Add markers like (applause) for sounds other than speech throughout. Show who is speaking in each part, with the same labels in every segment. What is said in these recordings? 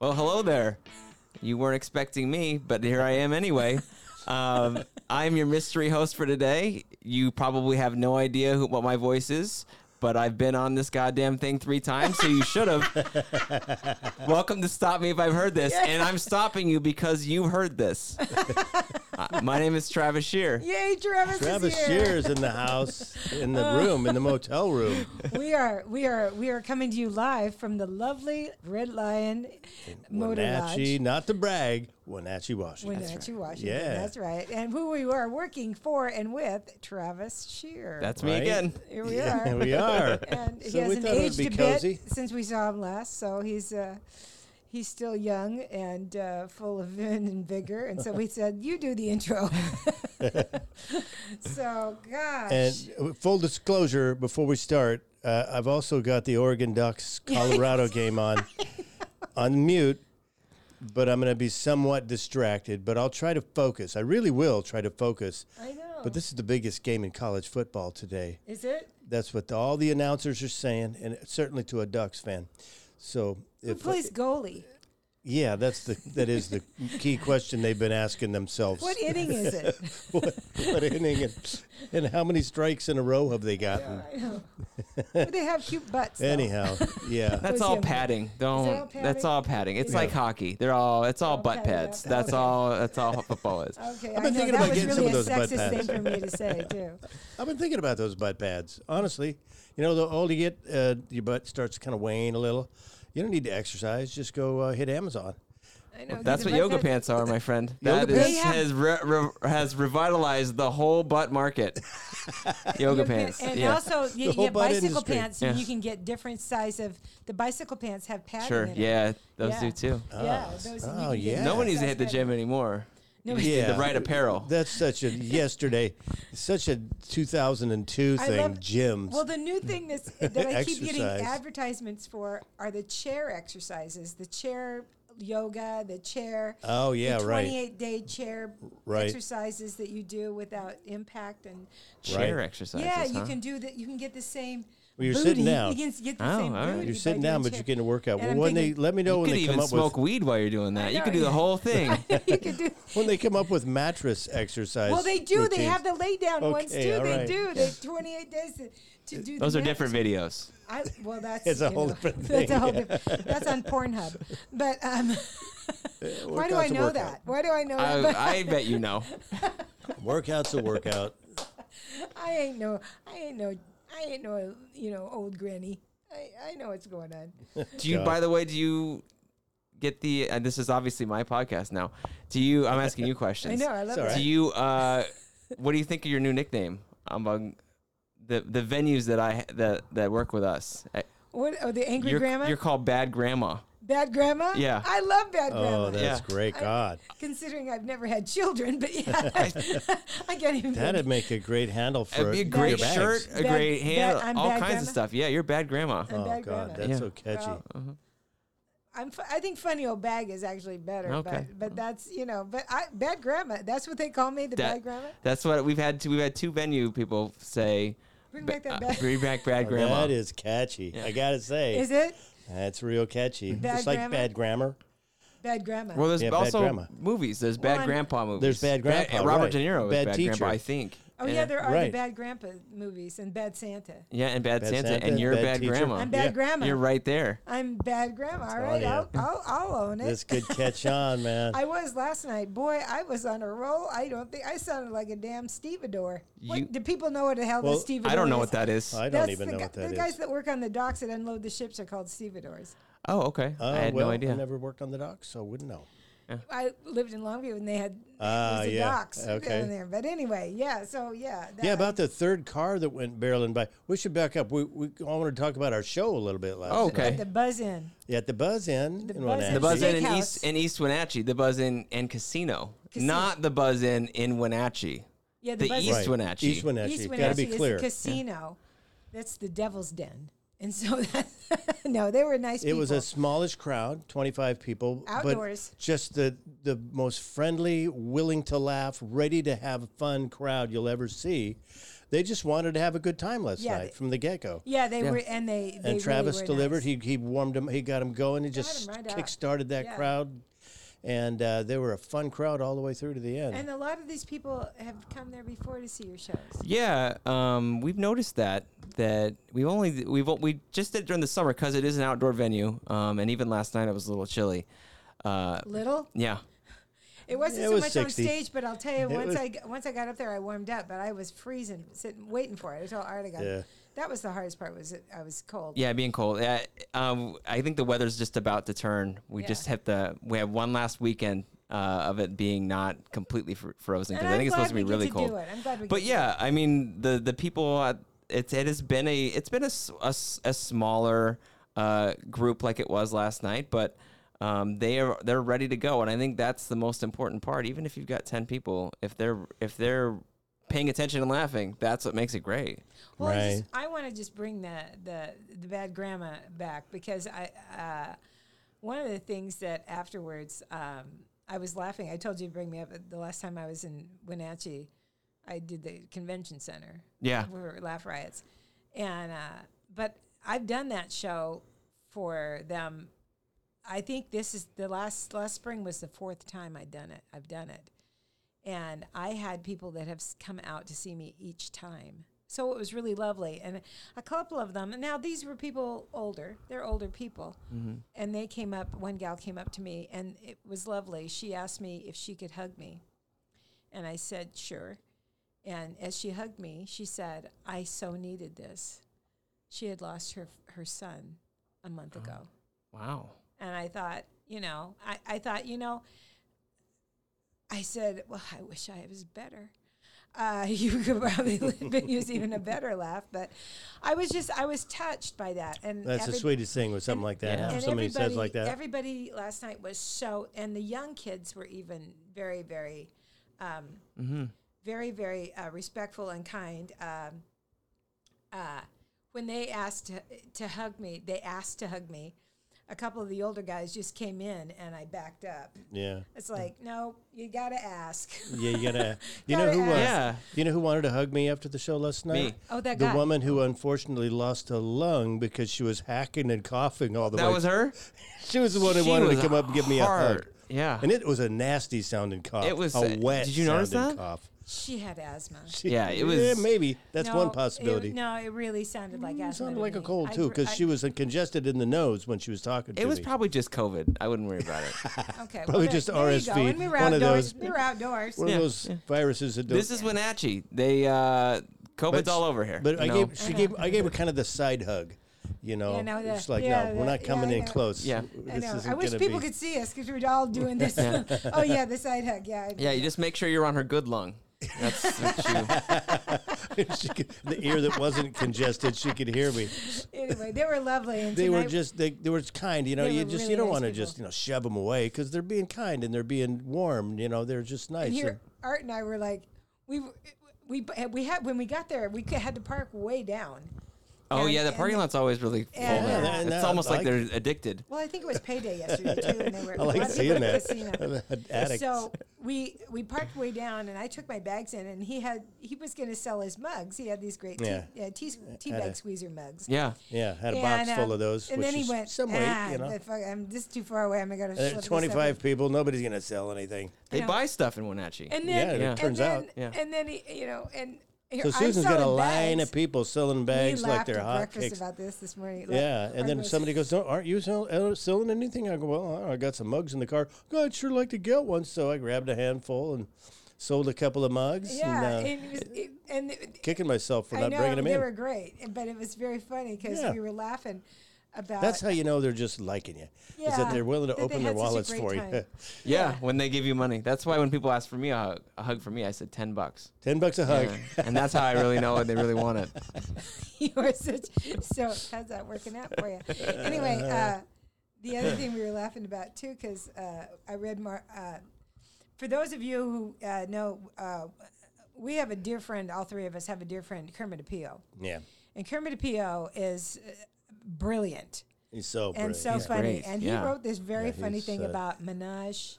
Speaker 1: Well, hello there. You weren't expecting me, but here I am anyway. Um, I'm your mystery host for today. You probably have no idea who, what my voice is, but I've been on this goddamn thing three times, so you should have. Welcome to Stop Me If I've Heard This, and I'm stopping you because you heard this. Uh, my name is Travis Shear.
Speaker 2: Yay, Travis,
Speaker 3: Travis
Speaker 2: is here.
Speaker 3: Shears in the house,
Speaker 2: (laughs)
Speaker 3: in the
Speaker 2: Oh.
Speaker 3: room, in the motel room.
Speaker 2: We are we are we are coming to you live from the lovely Red Lion (laughs) Motor
Speaker 3: Wenatchee,
Speaker 2: Lodge.
Speaker 3: not to brag, Wenatchee, Washington.
Speaker 2: Wenatchee, Washington.
Speaker 3: Yeah.
Speaker 2: That's right. And who we are working for and with, Travis Shear.
Speaker 1: That's me
Speaker 3: Right.
Speaker 1: again.
Speaker 2: here we
Speaker 3: Yeah, (laughs)
Speaker 2: are.
Speaker 3: we are.
Speaker 2: (laughs) And he
Speaker 3: So we
Speaker 2: hasn't
Speaker 3: thought it would
Speaker 2: aged
Speaker 3: be
Speaker 2: a
Speaker 3: cozy.
Speaker 2: bit since we saw him last, so he's uh, he's still young and uh, full of vim and vigor. And so we said, "You do the
Speaker 3: (laughs)
Speaker 2: intro." (laughs) so gosh,
Speaker 3: And uh, full disclosure before we start, uh, I've also got the
Speaker 2: (laughs)
Speaker 3: Oregon Ducks Colorado game on on mute, but I'm going to be somewhat distracted, but I'll try to focus. I really will try to focus.
Speaker 2: I know.
Speaker 3: But this is the biggest game in college football today.
Speaker 2: is it.
Speaker 3: That's what all the announcers are saying, and certainly to a Ducks fan. So,
Speaker 2: Who
Speaker 3: if,
Speaker 2: plays goalie?
Speaker 3: yeah, that's the that is the key question they've been asking themselves.
Speaker 2: What inning is (laughs) it?
Speaker 3: what, (laughs) what inning and, and how many strikes in a row have they gotten?
Speaker 2: I know. But they have cute butts. though.
Speaker 3: Anyhow, yeah,
Speaker 2: Was
Speaker 1: That's all
Speaker 2: your-
Speaker 1: padding. Don't.
Speaker 2: all padding?
Speaker 1: That's all padding. It's like hockey. They're all. It's all butt
Speaker 2: padded up.
Speaker 1: pads. That's
Speaker 2: Okay.
Speaker 1: all. That's all football is.
Speaker 2: (laughs) Okay,
Speaker 3: I've
Speaker 2: I know
Speaker 3: been thinking
Speaker 2: that was
Speaker 3: about getting
Speaker 2: really
Speaker 3: some of
Speaker 2: a
Speaker 3: those butt
Speaker 2: sexist
Speaker 3: pads.
Speaker 2: thing for me to
Speaker 3: (laughs)
Speaker 2: say too.
Speaker 3: I've been thinking about those butt pads. Honestly, you know, the older you get, uh, your butt starts kind of weighing a little. You don't need to exercise. Just go uh, hit Amazon.
Speaker 2: I know.
Speaker 1: That's what
Speaker 2: get the
Speaker 1: yoga
Speaker 2: butt pad-
Speaker 1: pants are, my friend.
Speaker 3: Yoga
Speaker 1: That is,
Speaker 2: pants? Oh, They have-
Speaker 1: has re, re, has revitalized the whole butt
Speaker 3: (laughs)
Speaker 1: market. yoga pants.
Speaker 2: And
Speaker 1: yeah.
Speaker 2: also, you,
Speaker 3: The
Speaker 2: you
Speaker 3: whole
Speaker 2: get
Speaker 3: butt
Speaker 2: bicycle
Speaker 3: industry.
Speaker 2: pants, and
Speaker 1: Yeah.
Speaker 2: you can get different size of the bicycle pants have padding.
Speaker 1: sure.
Speaker 2: in it.
Speaker 1: Yeah, those
Speaker 2: Yeah.
Speaker 1: do too.
Speaker 2: Yeah. Those and you
Speaker 3: Oh,
Speaker 2: can get
Speaker 3: yeah.
Speaker 1: No one needs to
Speaker 2: size
Speaker 1: hit the
Speaker 2: padding.
Speaker 1: gym anymore.
Speaker 2: No,
Speaker 1: You need
Speaker 3: Yeah.
Speaker 1: the right apparel.
Speaker 3: That's such a yesterday, such a 2002
Speaker 2: I
Speaker 3: thing.
Speaker 2: love-
Speaker 3: gyms.
Speaker 2: Well, the new thing
Speaker 3: (laughs)
Speaker 2: that's, that I keep getting
Speaker 3: Exercise.
Speaker 2: advertisements for are the chair exercises, the chair yoga, the chair.
Speaker 3: Oh, yeah,
Speaker 2: the
Speaker 3: right.
Speaker 2: 28 day chair
Speaker 3: Right.
Speaker 2: exercises that you do without impact and
Speaker 1: Chair
Speaker 3: Right.
Speaker 1: exercises.
Speaker 2: yeah, you
Speaker 1: huh?
Speaker 2: can do that. You can get the same.
Speaker 3: Well, you're
Speaker 2: booty.
Speaker 3: sitting down.
Speaker 2: (laughs) You can get the
Speaker 1: Oh, all
Speaker 2: same.
Speaker 1: right.
Speaker 2: booty
Speaker 3: you're
Speaker 2: by
Speaker 3: sitting
Speaker 2: doing
Speaker 3: down, but
Speaker 2: chair.
Speaker 3: you're getting a
Speaker 2: And
Speaker 3: workout. Well,
Speaker 2: I'm
Speaker 3: when they
Speaker 2: thinking-
Speaker 3: let me know
Speaker 1: You
Speaker 3: when
Speaker 1: could
Speaker 3: they come
Speaker 1: even
Speaker 3: up
Speaker 1: smoke
Speaker 3: with
Speaker 1: weed while you're doing that. You
Speaker 2: know,
Speaker 1: could do the
Speaker 2: yeah. (laughs)
Speaker 1: whole thing.
Speaker 3: (laughs)
Speaker 2: you can do.
Speaker 3: when they come up with mattress exercise.
Speaker 2: Well, they do. They
Speaker 3: routines.
Speaker 2: have the lay down ones
Speaker 3: Okay,
Speaker 2: too.
Speaker 3: all
Speaker 2: They
Speaker 3: right.
Speaker 2: do. They 28 days to, to do.
Speaker 1: Those
Speaker 2: the
Speaker 1: are different
Speaker 2: match.
Speaker 1: videos.
Speaker 2: I, well, that's
Speaker 3: It's a
Speaker 2: you
Speaker 3: whole
Speaker 2: know, (laughs)
Speaker 3: different
Speaker 2: That's a
Speaker 3: thing,
Speaker 2: whole
Speaker 3: yeah.
Speaker 2: different. That's on Pornhub. But
Speaker 3: (laughs)
Speaker 2: um, (laughs) why do I
Speaker 3: workout's a
Speaker 2: know
Speaker 3: workout.
Speaker 2: that? Why do I know (laughs) that?
Speaker 1: I, I bet you know.
Speaker 3: Workout's a workout.
Speaker 2: I ain't no. I ain't no. I ain't no. You know, old granny. I, I know what's going on.
Speaker 1: Do you,
Speaker 3: God.
Speaker 1: by the way, do you get the? And this is obviously my podcast now. Do you? I'm asking you
Speaker 2: (laughs) I
Speaker 1: questions.
Speaker 2: know. I love
Speaker 3: all
Speaker 2: that.
Speaker 3: right.
Speaker 1: Do you? Uh, what do you think of your new nickname among the the venues that I that that work with us? Uh,
Speaker 2: What? Oh, the angry
Speaker 1: You're,
Speaker 2: grandma.
Speaker 1: you're called Bad Grandma.
Speaker 2: Bad grandma.
Speaker 1: Yeah.
Speaker 2: I love bad (laughs) grandma.
Speaker 3: Oh, that's
Speaker 1: Yeah.
Speaker 3: great. God.
Speaker 2: Considering I've never had children,
Speaker 1: (laughs)
Speaker 2: but yeah, (laughs) I can't even.
Speaker 3: That'd make a great handle for
Speaker 1: It'd be a
Speaker 3: your
Speaker 1: great
Speaker 3: bags.
Speaker 1: shirt, a
Speaker 2: Bad-
Speaker 1: great
Speaker 2: bad-
Speaker 1: hand,
Speaker 2: I'm
Speaker 1: all
Speaker 2: Bad
Speaker 1: kinds of
Speaker 2: Grandma?
Speaker 1: stuff. Yeah, you're Bad Grandma.
Speaker 2: I'm
Speaker 3: Oh
Speaker 2: bad
Speaker 3: God,
Speaker 2: grandma.
Speaker 3: that's
Speaker 1: Yeah.
Speaker 3: so catchy.
Speaker 2: Well, I'm. F- I think funny old bag is actually better.
Speaker 1: Okay.
Speaker 2: But, but that's you know. But I bad grandma. That's what they call me, the
Speaker 1: That-
Speaker 2: bad grandma.
Speaker 1: That's what we've had. Two, we've had two venue people say.
Speaker 2: Bring
Speaker 1: "Ba-
Speaker 2: back that
Speaker 1: uh,
Speaker 2: bad.
Speaker 1: Bring back
Speaker 3: (laughs)
Speaker 1: Bad Grandma.
Speaker 3: Oh, That is catchy. I gotta say,
Speaker 2: Is it
Speaker 3: that's real catchy.
Speaker 2: Bad
Speaker 3: Just like
Speaker 2: grammar?
Speaker 3: bad grammar.
Speaker 2: bad grandma?
Speaker 1: Well, there's
Speaker 3: Yeah, Bad Grandma.
Speaker 1: also movies. There's Bad
Speaker 2: I'm-
Speaker 1: Grandpa movies.
Speaker 3: There's Bad
Speaker 1: Bad-
Speaker 3: Grandpa,
Speaker 1: Robert
Speaker 3: right.
Speaker 1: De Niro is Bad,
Speaker 3: Bad
Speaker 1: Grandpa,
Speaker 3: Teacher.
Speaker 1: I think.
Speaker 2: oh yeah, there are the
Speaker 3: Right.
Speaker 2: bad grandpa movies and bad Santa.
Speaker 1: Yeah, and Bad,
Speaker 3: Bad
Speaker 1: Santa,
Speaker 3: Santa,
Speaker 1: and you're
Speaker 3: Bad
Speaker 1: Bad
Speaker 3: Teacher.
Speaker 1: Grandma.
Speaker 2: I'm bad
Speaker 3: Yeah.
Speaker 2: grandma.
Speaker 1: Oh, You're right there.
Speaker 2: I'm bad grandma. All right,
Speaker 3: you.
Speaker 2: I'll,
Speaker 3: (laughs)
Speaker 2: I'll I'll own it.
Speaker 3: That's good catch on, man.
Speaker 2: (laughs) I was last night. Boy, I was on a roll. I don't think I sounded like a damn stevedore.
Speaker 1: You-
Speaker 2: what, do people know what the hell
Speaker 3: Well,
Speaker 2: the stevedore
Speaker 1: I don't know
Speaker 2: is?
Speaker 1: what that is.
Speaker 3: I don't
Speaker 2: That's
Speaker 3: even
Speaker 2: the
Speaker 3: know
Speaker 2: gu-
Speaker 3: what that
Speaker 2: the
Speaker 3: is.
Speaker 2: guys that work on the docks that unload the ships are called stevedores.
Speaker 1: Oh, okay.
Speaker 3: Oh,
Speaker 1: I had
Speaker 3: well,
Speaker 1: no idea.
Speaker 3: I never worked on the docks, so I wouldn't know.
Speaker 2: I lived in Longview and they had it
Speaker 3: Ah,
Speaker 2: was the
Speaker 3: yeah.
Speaker 2: docks
Speaker 3: Okay.
Speaker 2: down there. But anyway, yeah. So yeah. That,
Speaker 3: Yeah, about the third car that went barreling by. We should back up. We, we I want to talk about our show a little bit last.
Speaker 1: Oh,
Speaker 3: night.
Speaker 1: okay.
Speaker 2: the buzz in.
Speaker 3: Yeah, at the Buzz Inn.
Speaker 2: The
Speaker 3: in
Speaker 2: Buzz
Speaker 3: Wenatchee.
Speaker 2: Inn.
Speaker 1: the Buzz Inn in
Speaker 2: Steakhouse.
Speaker 1: East in East Wenatchee, the Buzz Inn and Casino,
Speaker 2: Casino.
Speaker 1: not the Buzz Inn in Wenatchee.
Speaker 2: Yeah, the,
Speaker 1: The
Speaker 2: buzz
Speaker 1: East
Speaker 3: Right.
Speaker 1: Wenatchee.
Speaker 3: East Wenatchee.
Speaker 2: East
Speaker 3: Got to
Speaker 2: Wenatchee
Speaker 3: be
Speaker 2: is
Speaker 3: clear.
Speaker 2: a casino. That's the devil's den. And so (laughs) that no, they were nice
Speaker 3: It
Speaker 2: people.
Speaker 3: was a smallish crowd, 25 people. but
Speaker 2: Outdoors.
Speaker 3: just the, the most friendly, willing to laugh, ready to have fun crowd you'll ever see. They just wanted to have a good time last
Speaker 2: Yeah,
Speaker 3: night
Speaker 2: they-
Speaker 3: from the get go.
Speaker 2: Yeah, they
Speaker 1: Yeah.
Speaker 2: were, and they, they really
Speaker 3: and Travis
Speaker 2: were
Speaker 3: delivered.
Speaker 2: nice.
Speaker 3: He he warmed him. He got him going. He just
Speaker 2: right up.
Speaker 3: kick started that
Speaker 2: Yeah.
Speaker 3: crowd, and uh, they were a fun crowd all the way through to the end.
Speaker 2: and a lot of these people have come there before to see your shows.
Speaker 3: Uh,
Speaker 1: Yeah, um, we've noticed that that we've only we've o- we just did during the summer because it is an outdoor venue, um, and even last night it was a little chilly. Uh,
Speaker 2: Little,
Speaker 1: yeah,
Speaker 2: it wasn't
Speaker 3: It
Speaker 2: so
Speaker 3: was
Speaker 2: much
Speaker 3: 60.
Speaker 2: on stage, but I'll tell you, once
Speaker 3: was-
Speaker 2: I g- once I got up there, I warmed up, but I was freezing, sitting waiting for it. I told Art I got
Speaker 3: Yeah.
Speaker 2: that was the hardest part. Was it, I was cold.
Speaker 1: yeah, being cold. Yeah, um, I think the weather's just about to turn. We
Speaker 2: Yeah.
Speaker 1: just hit the we have one last weekend uh, of it being not completely fr- frozen
Speaker 2: And
Speaker 1: because I
Speaker 2: I'm
Speaker 1: think it's
Speaker 2: glad
Speaker 1: supposed to be
Speaker 2: we get
Speaker 1: really
Speaker 2: to
Speaker 1: cold.
Speaker 2: Do it. I'm glad we
Speaker 1: But
Speaker 2: get to do it.
Speaker 1: yeah, I mean the the people. At, it's it has been a it's been a, s- a s- a smaller uh, group like it was last night, but um, they are they're ready to go, and I think that's the most important part. Even if you've got ten people, if they're if they're paying attention and laughing, that's what makes it great.
Speaker 2: Well, I, just,
Speaker 3: Right.
Speaker 2: I want to just bring the, the the bad grandma back because I uh, one of the things that afterwards um, I was laughing. I told you to bring me up at the last time I was in Wenatchee. I did the convention center.
Speaker 1: Yeah.
Speaker 2: we were laugh riots, and uh, but I've done that show for them. I think this is the last last spring was the fourth time I'd done it. I've done it and I had people that have s- come out to see me each time. So it was really lovely, and a couple of them. And now these were people older; they're older people, and they came up. One gal came up to me, and it was lovely. She asked me if she could hug me, and I said sure. And as she hugged me, she said, "I so needed this." She had lost her her son a month ago
Speaker 1: Wow.
Speaker 2: and I thought, you know, I, I thought, you know, I said, well, I wish I was better. Uh, (laughs) you could probably use even a better laugh, but I was just, I was touched by that. And
Speaker 3: That's the
Speaker 2: every-
Speaker 3: sweetest thing with something like that.
Speaker 1: Yeah.
Speaker 3: Have
Speaker 2: and
Speaker 3: somebody
Speaker 2: everybody,
Speaker 3: says like that.
Speaker 2: Everybody last night was so, and the young kids were even very, very, um,
Speaker 3: Mm-hmm.
Speaker 2: very, very uh, respectful and kind. Um, uh, when they asked to, to hug me, they asked to hug me. A couple of the older guys just came in, and I backed up.
Speaker 3: yeah,
Speaker 2: It's like, no, you gotta ask. (laughs)
Speaker 3: yeah. You gotta. You know
Speaker 2: Gotta
Speaker 3: who?
Speaker 2: ask.
Speaker 3: Uh,
Speaker 1: Yeah.
Speaker 3: You know who wanted to hug me after the show last night?
Speaker 1: Me.
Speaker 2: Oh, that
Speaker 3: the
Speaker 2: guy.
Speaker 3: woman who unfortunately lost a lung because she was hacking and coughing all the
Speaker 1: That
Speaker 3: way.
Speaker 1: was her.
Speaker 3: she was the one who
Speaker 1: She
Speaker 3: wanted to
Speaker 1: was
Speaker 3: come up and give me a hug.
Speaker 1: hard. Yeah.
Speaker 3: And it was a nasty sounding cough.
Speaker 1: It was,
Speaker 3: a
Speaker 1: uh,
Speaker 3: wet.
Speaker 1: did you notice
Speaker 3: sounding
Speaker 1: that?
Speaker 3: Cough.
Speaker 2: she had asthma.
Speaker 1: Yeah,
Speaker 3: (laughs)
Speaker 1: it was-
Speaker 3: maybe that's
Speaker 2: No,
Speaker 3: one
Speaker 2: it-
Speaker 3: possibility. It,
Speaker 2: no, it really sounded like asthma.
Speaker 3: sounded
Speaker 2: to
Speaker 3: like a
Speaker 2: me.
Speaker 3: cold
Speaker 2: I
Speaker 3: too,
Speaker 2: gr-
Speaker 3: because
Speaker 2: I-
Speaker 3: she was uh, congested in the nose when she was talking
Speaker 1: It
Speaker 3: to
Speaker 1: was
Speaker 3: me.
Speaker 1: probably just COVID. I wouldn't worry about it.
Speaker 2: Okay, well,
Speaker 3: probably
Speaker 2: there-
Speaker 3: just
Speaker 2: there You
Speaker 3: RSV,
Speaker 2: go. And we were
Speaker 3: one of
Speaker 2: outdoors.
Speaker 3: those-
Speaker 2: We were outdoors.
Speaker 3: one
Speaker 1: Yeah,
Speaker 3: of those
Speaker 1: yeah.
Speaker 3: viruses that don't.
Speaker 1: this is Wenatchee. They uh, COVID's
Speaker 3: But-
Speaker 1: all over here.
Speaker 3: but I
Speaker 1: you know?
Speaker 3: gave she gave I gave her kind of the side hug, you know.
Speaker 2: Yeah, no, that-
Speaker 3: it's like
Speaker 2: yeah,
Speaker 3: no, we're
Speaker 2: that-
Speaker 3: not
Speaker 2: yeah,
Speaker 3: coming
Speaker 2: I
Speaker 3: in
Speaker 2: know.
Speaker 3: close.
Speaker 1: Yeah.
Speaker 2: I
Speaker 3: This
Speaker 2: know.
Speaker 3: isn't
Speaker 2: I wish
Speaker 3: gonna
Speaker 2: people
Speaker 3: be-
Speaker 2: could see us because we're all doing this. (laughs) oh yeah, the side hug. Yeah. I-
Speaker 1: yeah, you just make sure you're on her good lung. That's what you.
Speaker 3: (laughs) she could, the ear that wasn't congested, she could hear me.
Speaker 2: Anyway, they were lovely. And
Speaker 3: They were
Speaker 2: tonight-
Speaker 3: just they, they were kind, you know.
Speaker 2: They
Speaker 3: You
Speaker 2: were
Speaker 3: just
Speaker 2: really
Speaker 3: you don't
Speaker 2: nice
Speaker 3: want to
Speaker 2: people.
Speaker 3: just you know shove them away because they're being kind and they're being warm. You know, they're just nice.
Speaker 2: And
Speaker 3: and- (laughs)
Speaker 2: here, Art and I were like, we were- we we had when we got there, we had to park way down.
Speaker 1: Oh
Speaker 2: And-
Speaker 1: yeah, the
Speaker 2: and
Speaker 1: parking
Speaker 2: the-
Speaker 1: lot's always really full.
Speaker 2: Yeah,
Speaker 1: there.
Speaker 3: that-
Speaker 1: it's
Speaker 3: that-
Speaker 1: almost
Speaker 3: I
Speaker 1: like
Speaker 3: like
Speaker 1: they're addicted.
Speaker 2: Well, I think it was payday yesterday too, and they were.
Speaker 3: (laughs) I like seeing
Speaker 2: Casino.
Speaker 3: that. Addict.
Speaker 2: So we we parked way down, and I took my bags in, and he had he was going to sell his mugs. He had these great tea,
Speaker 3: Yeah.
Speaker 2: yeah, tea, tea
Speaker 3: Had
Speaker 2: bag
Speaker 3: a-
Speaker 2: squeezer mugs.
Speaker 1: Yeah,
Speaker 3: yeah, had a box
Speaker 2: um,
Speaker 3: full of those.
Speaker 2: And
Speaker 3: which
Speaker 2: then he
Speaker 3: is
Speaker 2: went
Speaker 3: some weight,
Speaker 2: ah,
Speaker 3: you know.
Speaker 2: the fuck, I'm this is too far away. I'm gonna go
Speaker 3: And
Speaker 2: to
Speaker 3: there's 25 people. Nobody's gonna sell anything.
Speaker 1: they
Speaker 2: know.
Speaker 1: buy stuff in Wenatchee.
Speaker 2: And then
Speaker 3: Yeah, it
Speaker 2: and
Speaker 3: turns
Speaker 2: then,
Speaker 3: out.
Speaker 1: Yeah.
Speaker 2: And then he, you know, and here,
Speaker 3: So
Speaker 2: I'm
Speaker 3: Susan's got a
Speaker 2: selling
Speaker 3: line
Speaker 2: bags.
Speaker 3: of people selling bags
Speaker 2: we
Speaker 3: like
Speaker 2: laughed
Speaker 3: they're
Speaker 2: at
Speaker 3: hot
Speaker 2: breakfast
Speaker 3: cakes.
Speaker 2: about this this morning. Like,
Speaker 3: Yeah, and
Speaker 2: Art
Speaker 3: then
Speaker 2: goes,
Speaker 3: somebody goes, "No, aren't you sell, uh, selling anything?" I go, "Well, I got some mugs in the car. God, I'd sure like to get one." So I grabbed a handful and sold a couple of mugs.
Speaker 2: Yeah,
Speaker 3: and, uh,
Speaker 2: and, it was, it, and it-
Speaker 3: kicking myself for
Speaker 2: I
Speaker 3: not
Speaker 2: know
Speaker 3: bringing them
Speaker 2: they
Speaker 3: in.
Speaker 2: were uh, great, and- but it was very funny because
Speaker 3: Yeah.
Speaker 2: we were laughing about. (laughs)
Speaker 3: That's how you know they're just liking you. Is that
Speaker 2: Yeah,
Speaker 3: they're willing to
Speaker 2: that they
Speaker 3: open their
Speaker 2: had such a
Speaker 3: wallets
Speaker 2: great
Speaker 3: for you.
Speaker 2: time.
Speaker 1: yeah, when they give you money, that's why when people ask for me a hug, a hug for me, I said ten bucks,
Speaker 3: (laughs) Ten bucks a hug.
Speaker 1: Yeah. and that's how I really know they really want it.
Speaker 2: you are such. So how's that working out for you?
Speaker 3: (laughs)
Speaker 2: Anyway, uh, the other thing we were laughing about too, because uh, I read more. Uh, for those of you who uh, know, uh, we have a dear friend. All three of us have a dear friend, Kermit Apio,
Speaker 3: Yeah,
Speaker 2: and Kermit Apio is uh, brilliant.
Speaker 3: he's so
Speaker 2: and
Speaker 3: brilliant.
Speaker 2: so
Speaker 1: He's
Speaker 2: funny.
Speaker 1: great,
Speaker 2: And
Speaker 1: yeah.
Speaker 2: he wrote this very
Speaker 3: Yeah,
Speaker 2: funny
Speaker 3: he's,
Speaker 2: thing
Speaker 3: uh,
Speaker 2: about Minaj.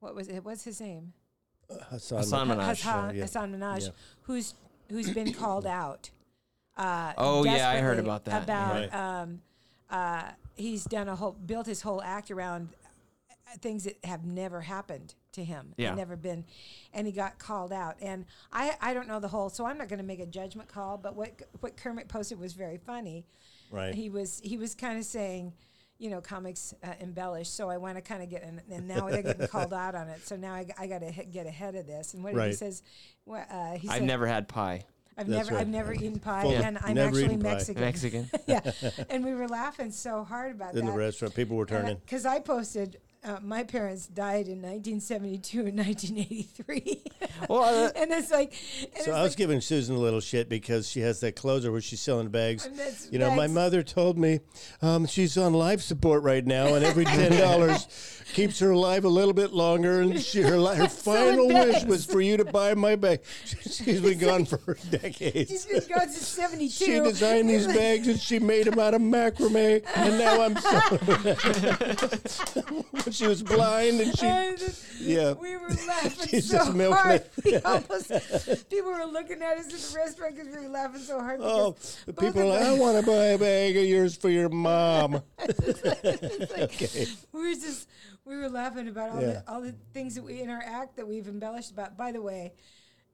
Speaker 2: What was it? What's his name?
Speaker 3: Hassan,
Speaker 1: Hassan
Speaker 2: Ha-
Speaker 1: Minaj,
Speaker 2: Hassan,
Speaker 3: yeah.
Speaker 2: Hassan Minaj,
Speaker 3: Yeah.
Speaker 2: who's who's been
Speaker 1: (clears throat)
Speaker 2: called out. Uh,
Speaker 1: Oh, yeah, I heard
Speaker 2: desperately
Speaker 1: about that,
Speaker 2: About
Speaker 3: Right.
Speaker 2: um, uh, he's done a whole built his whole act around uh, things that have never happened to him.
Speaker 1: Yeah.
Speaker 2: never been, and he got called out. And I I don't know the whole, so I'm not going to make a judgment call. But what what Kermit posted was very funny
Speaker 3: Right.
Speaker 2: he was he was kind of saying you know comics uh, embellish so i want to kind of get and, and now they're
Speaker 3: (laughs)
Speaker 2: getting called out on it so now i, got to get ahead of this and what did he
Speaker 3: Right.
Speaker 2: says well, uh, he
Speaker 1: I've
Speaker 2: said,
Speaker 1: never had pie.
Speaker 2: i've
Speaker 3: That's
Speaker 2: never i've
Speaker 3: right.
Speaker 2: never eaten pie
Speaker 3: Full-
Speaker 2: and i'm
Speaker 3: Never
Speaker 2: actually
Speaker 3: eaten pie.
Speaker 2: mexican,
Speaker 1: Mexican.
Speaker 2: (laughs) yeah and we were laughing so hard about
Speaker 3: in
Speaker 2: that
Speaker 3: the restaurant. People were turning.
Speaker 2: because I posted, uh, my parents died in 1972 and 1983.
Speaker 1: (laughs) Well, uh,
Speaker 2: (laughs) and it's like, and
Speaker 3: So
Speaker 2: it's
Speaker 3: I was
Speaker 2: like,
Speaker 3: giving Susan a little shit because she has that closer where she's selling bags.
Speaker 2: And that's
Speaker 3: You know, my
Speaker 2: bags.
Speaker 3: mother told me um, she's on life support right now, and every ten
Speaker 2: (laughs)
Speaker 3: dollars keeps her alive a little bit longer. And she, her, li-
Speaker 2: (laughs)
Speaker 3: her final wish
Speaker 2: bags.
Speaker 3: was for you to buy
Speaker 2: (laughs)
Speaker 3: my bag. (laughs) She's been gone for (laughs)
Speaker 2: she's
Speaker 3: decades.
Speaker 2: been gone since 72.
Speaker 3: (laughs) She
Speaker 2: (laughs)
Speaker 3: designed these bags and she made them out of macrame, and now I'm selling. them. (laughs) she was blind and she,
Speaker 2: And
Speaker 3: yeah.
Speaker 2: We were laughing
Speaker 3: (laughs) She's
Speaker 2: so
Speaker 3: just milking
Speaker 2: hard.
Speaker 3: it.
Speaker 2: We almost, people were looking at us at the restaurant because we were laughing so hard.
Speaker 3: Oh,
Speaker 2: because
Speaker 3: the
Speaker 2: both
Speaker 3: people
Speaker 2: of
Speaker 3: are like, I
Speaker 2: us-
Speaker 3: want to buy a bag of yours for your mom.
Speaker 2: (laughs) it's like, we were just we were laughing about all,
Speaker 3: Yeah.
Speaker 2: the, all the things that we in our act that we've embellished about. By the way,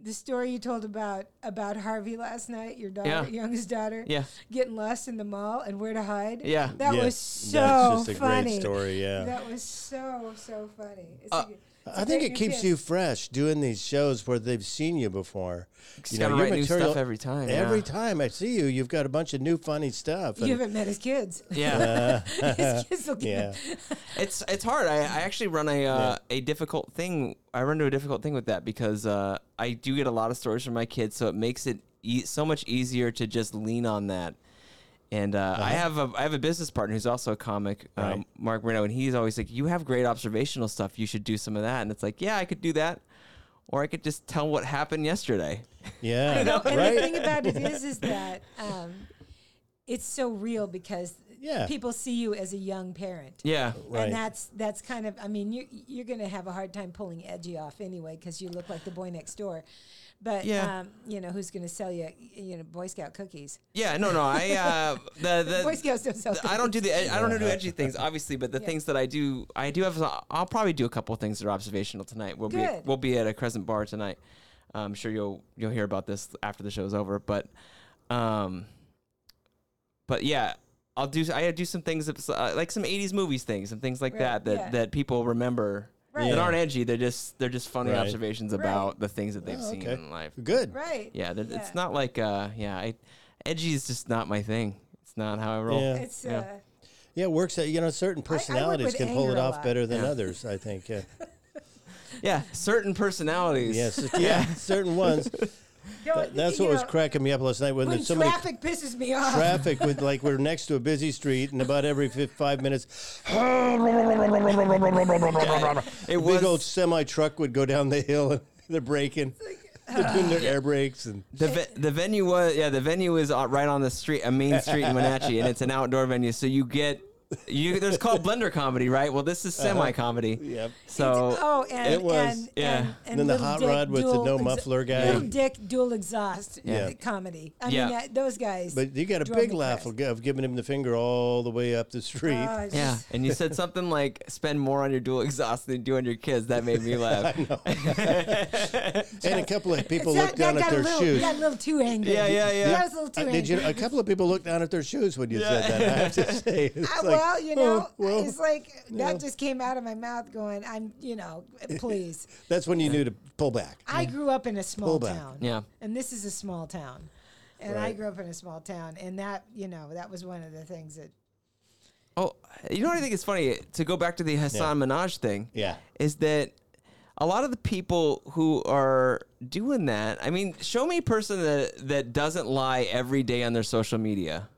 Speaker 2: the story you told about about Harvey last night, your daughter,
Speaker 1: Yeah.
Speaker 2: youngest daughter,
Speaker 1: Yeah.
Speaker 2: getting lost in the mall and where to hide.
Speaker 1: Yeah.
Speaker 2: that
Speaker 3: Yeah,
Speaker 2: was
Speaker 3: that's
Speaker 2: so
Speaker 3: just a great
Speaker 2: funny.
Speaker 3: story, yeah.
Speaker 2: that was so so funny. It's a
Speaker 1: Uh,
Speaker 2: good- it's a
Speaker 3: I think
Speaker 2: great
Speaker 3: it
Speaker 2: new
Speaker 3: keeps
Speaker 2: kiss.
Speaker 3: you fresh doing these shows where they've seen you before.
Speaker 1: Just gotta
Speaker 3: your
Speaker 1: write new
Speaker 3: material-
Speaker 1: stuff every time,
Speaker 3: Every
Speaker 1: yeah.
Speaker 3: time I see you, you've got a bunch of new funny stuff.
Speaker 2: You
Speaker 3: and-
Speaker 2: haven't met his kids.
Speaker 1: Yeah.
Speaker 2: (laughs)
Speaker 3: (laughs)
Speaker 2: his kids will get
Speaker 3: yeah,
Speaker 1: It's it's hard. I, I actually run a uh, a difficult thing. I run into a difficult thing with that because uh, I do get a lot of stories from my kids, so it makes it e- so much easier to just lean on that. And uh, I have a I have a business partner who's also a comic, um,
Speaker 3: Uh-huh. Right.
Speaker 1: Mark Marino, and he's always like, "You have great observational stuff. You should do some of that." And it's like, "Yeah, I could do that, or I could just tell what happened yesterday."
Speaker 3: yeah,
Speaker 2: (laughs) No, and the
Speaker 3: right?
Speaker 2: thing about it is,
Speaker 3: (laughs)
Speaker 2: is that um, it's so real because
Speaker 3: Yeah.
Speaker 2: people see you as a young parent.
Speaker 1: Yeah,
Speaker 3: Right.
Speaker 2: And that's that's kind of I mean you you're gonna have a hard time pulling edgy off anyway because you look like the boy next door, but
Speaker 1: Yeah.
Speaker 2: um, you know who's gonna sell you you know Boy Scout cookies?
Speaker 1: yeah. No, no. I uh, the
Speaker 2: (laughs)
Speaker 1: the
Speaker 2: Boy Scouts don't sell.
Speaker 1: the- I don't do the ed-
Speaker 3: (laughs)
Speaker 1: I don't do edgy things, obviously, but the things that I do, I do have. I'll probably do a couple things that are observational tonight. We'll be
Speaker 2: Good.
Speaker 1: we'll be at a Crescent Bar tonight. Uh, I'm sure you'll you'll hear about this after the show's over, but um, but yeah, I'll do I do some things that's, uh, like some '80s movies things and things like
Speaker 2: Right,
Speaker 1: that that
Speaker 2: yeah.
Speaker 1: that people remember
Speaker 2: Right.
Speaker 1: that
Speaker 3: Yeah.
Speaker 1: aren't edgy. They're just they're just funny
Speaker 3: Right.
Speaker 1: observations about the things that they've
Speaker 3: Oh,
Speaker 1: seen
Speaker 3: okay.
Speaker 1: in life.
Speaker 3: Good.
Speaker 2: right.
Speaker 1: Yeah, that it's not like uh, yeah, I, edgy is just not my thing. It's not how I roll.
Speaker 3: Yeah.
Speaker 2: It's
Speaker 1: Yeah.
Speaker 2: uh,
Speaker 3: Yeah, it works. Out, you know, certain
Speaker 2: work
Speaker 3: personalities
Speaker 2: with
Speaker 3: can pull
Speaker 2: anger
Speaker 3: it
Speaker 2: a
Speaker 3: off
Speaker 2: lot.
Speaker 3: better than others. I think.
Speaker 2: (laughs)
Speaker 3: Yeah.
Speaker 1: Yeah, certain personalities. (laughs)
Speaker 3: Yes. Yeah. certain ones.
Speaker 2: don't-
Speaker 3: That's
Speaker 2: you
Speaker 3: what was
Speaker 2: know,
Speaker 3: cracking me up last night when
Speaker 2: When
Speaker 3: there's so many
Speaker 2: traffic pisses me off,
Speaker 3: traffic with like we're next to a busy street and about every fif- five minutes
Speaker 1: It
Speaker 3: big old
Speaker 1: was
Speaker 3: semi truck would go down the hill and (laughs) they're braking (laughs) they're
Speaker 2: (laughs)
Speaker 3: doing their air brakes and
Speaker 1: the ve- the venue was yeah the venue is uh, right on the street a main street in Wenatchee and it's an outdoor venue so you get you there's called blender comedy right well this
Speaker 3: Uh-huh.
Speaker 1: is semi comedy
Speaker 3: Yep.
Speaker 1: so
Speaker 2: oh, and
Speaker 3: It was,
Speaker 2: and,
Speaker 1: yeah.
Speaker 2: and,
Speaker 3: And then the
Speaker 2: Little
Speaker 3: hot
Speaker 2: Dick
Speaker 3: rod with the
Speaker 2: dual
Speaker 3: no
Speaker 2: exa-
Speaker 3: muffler guy.
Speaker 2: Little Dick dual exhaust
Speaker 3: Yeah.
Speaker 2: uh, comedy. I
Speaker 1: Yeah.
Speaker 2: mean, uh, those guys.
Speaker 3: but you got a
Speaker 2: drove
Speaker 3: big
Speaker 2: me
Speaker 3: laugh
Speaker 2: crazy.
Speaker 3: of, of giving him the finger all the way up the street
Speaker 2: Oh, it's
Speaker 1: yeah
Speaker 2: just-
Speaker 1: and you said something like spend more on your dual exhaust than you do on your kids that made me laugh
Speaker 3: and a couple of people
Speaker 2: that-
Speaker 3: looked
Speaker 2: that
Speaker 3: down at
Speaker 2: got a
Speaker 3: their
Speaker 2: little,
Speaker 3: shoes
Speaker 2: Got a little too angry.
Speaker 1: Yeah, yeah, yeah.
Speaker 2: That was a little too
Speaker 3: Uh,
Speaker 2: angry.
Speaker 3: did you a couple of people looked down at their shoes when you said that i
Speaker 2: (laughs)
Speaker 3: have to say it's
Speaker 2: Uh,
Speaker 3: like,
Speaker 2: well, you
Speaker 3: oh,
Speaker 2: know,
Speaker 3: well,
Speaker 2: it's like
Speaker 3: yeah.
Speaker 2: that just came out of my mouth. Going, I'm, you know,
Speaker 3: (laughs)
Speaker 2: please.
Speaker 3: that's when you knew to pull back
Speaker 2: I grew up in a small
Speaker 3: Pullback.
Speaker 2: town.
Speaker 1: Yeah.
Speaker 2: And this is a small town. And I
Speaker 3: Right.
Speaker 2: grew up in a small town, and that, you know, that was one of the things that
Speaker 1: oh you know what I think is funny to go back to the Hassan Minaj thing
Speaker 3: Yeah.
Speaker 1: is that a lot of the people who are doing that I mean show me a person that that doesn't lie every day on their social media.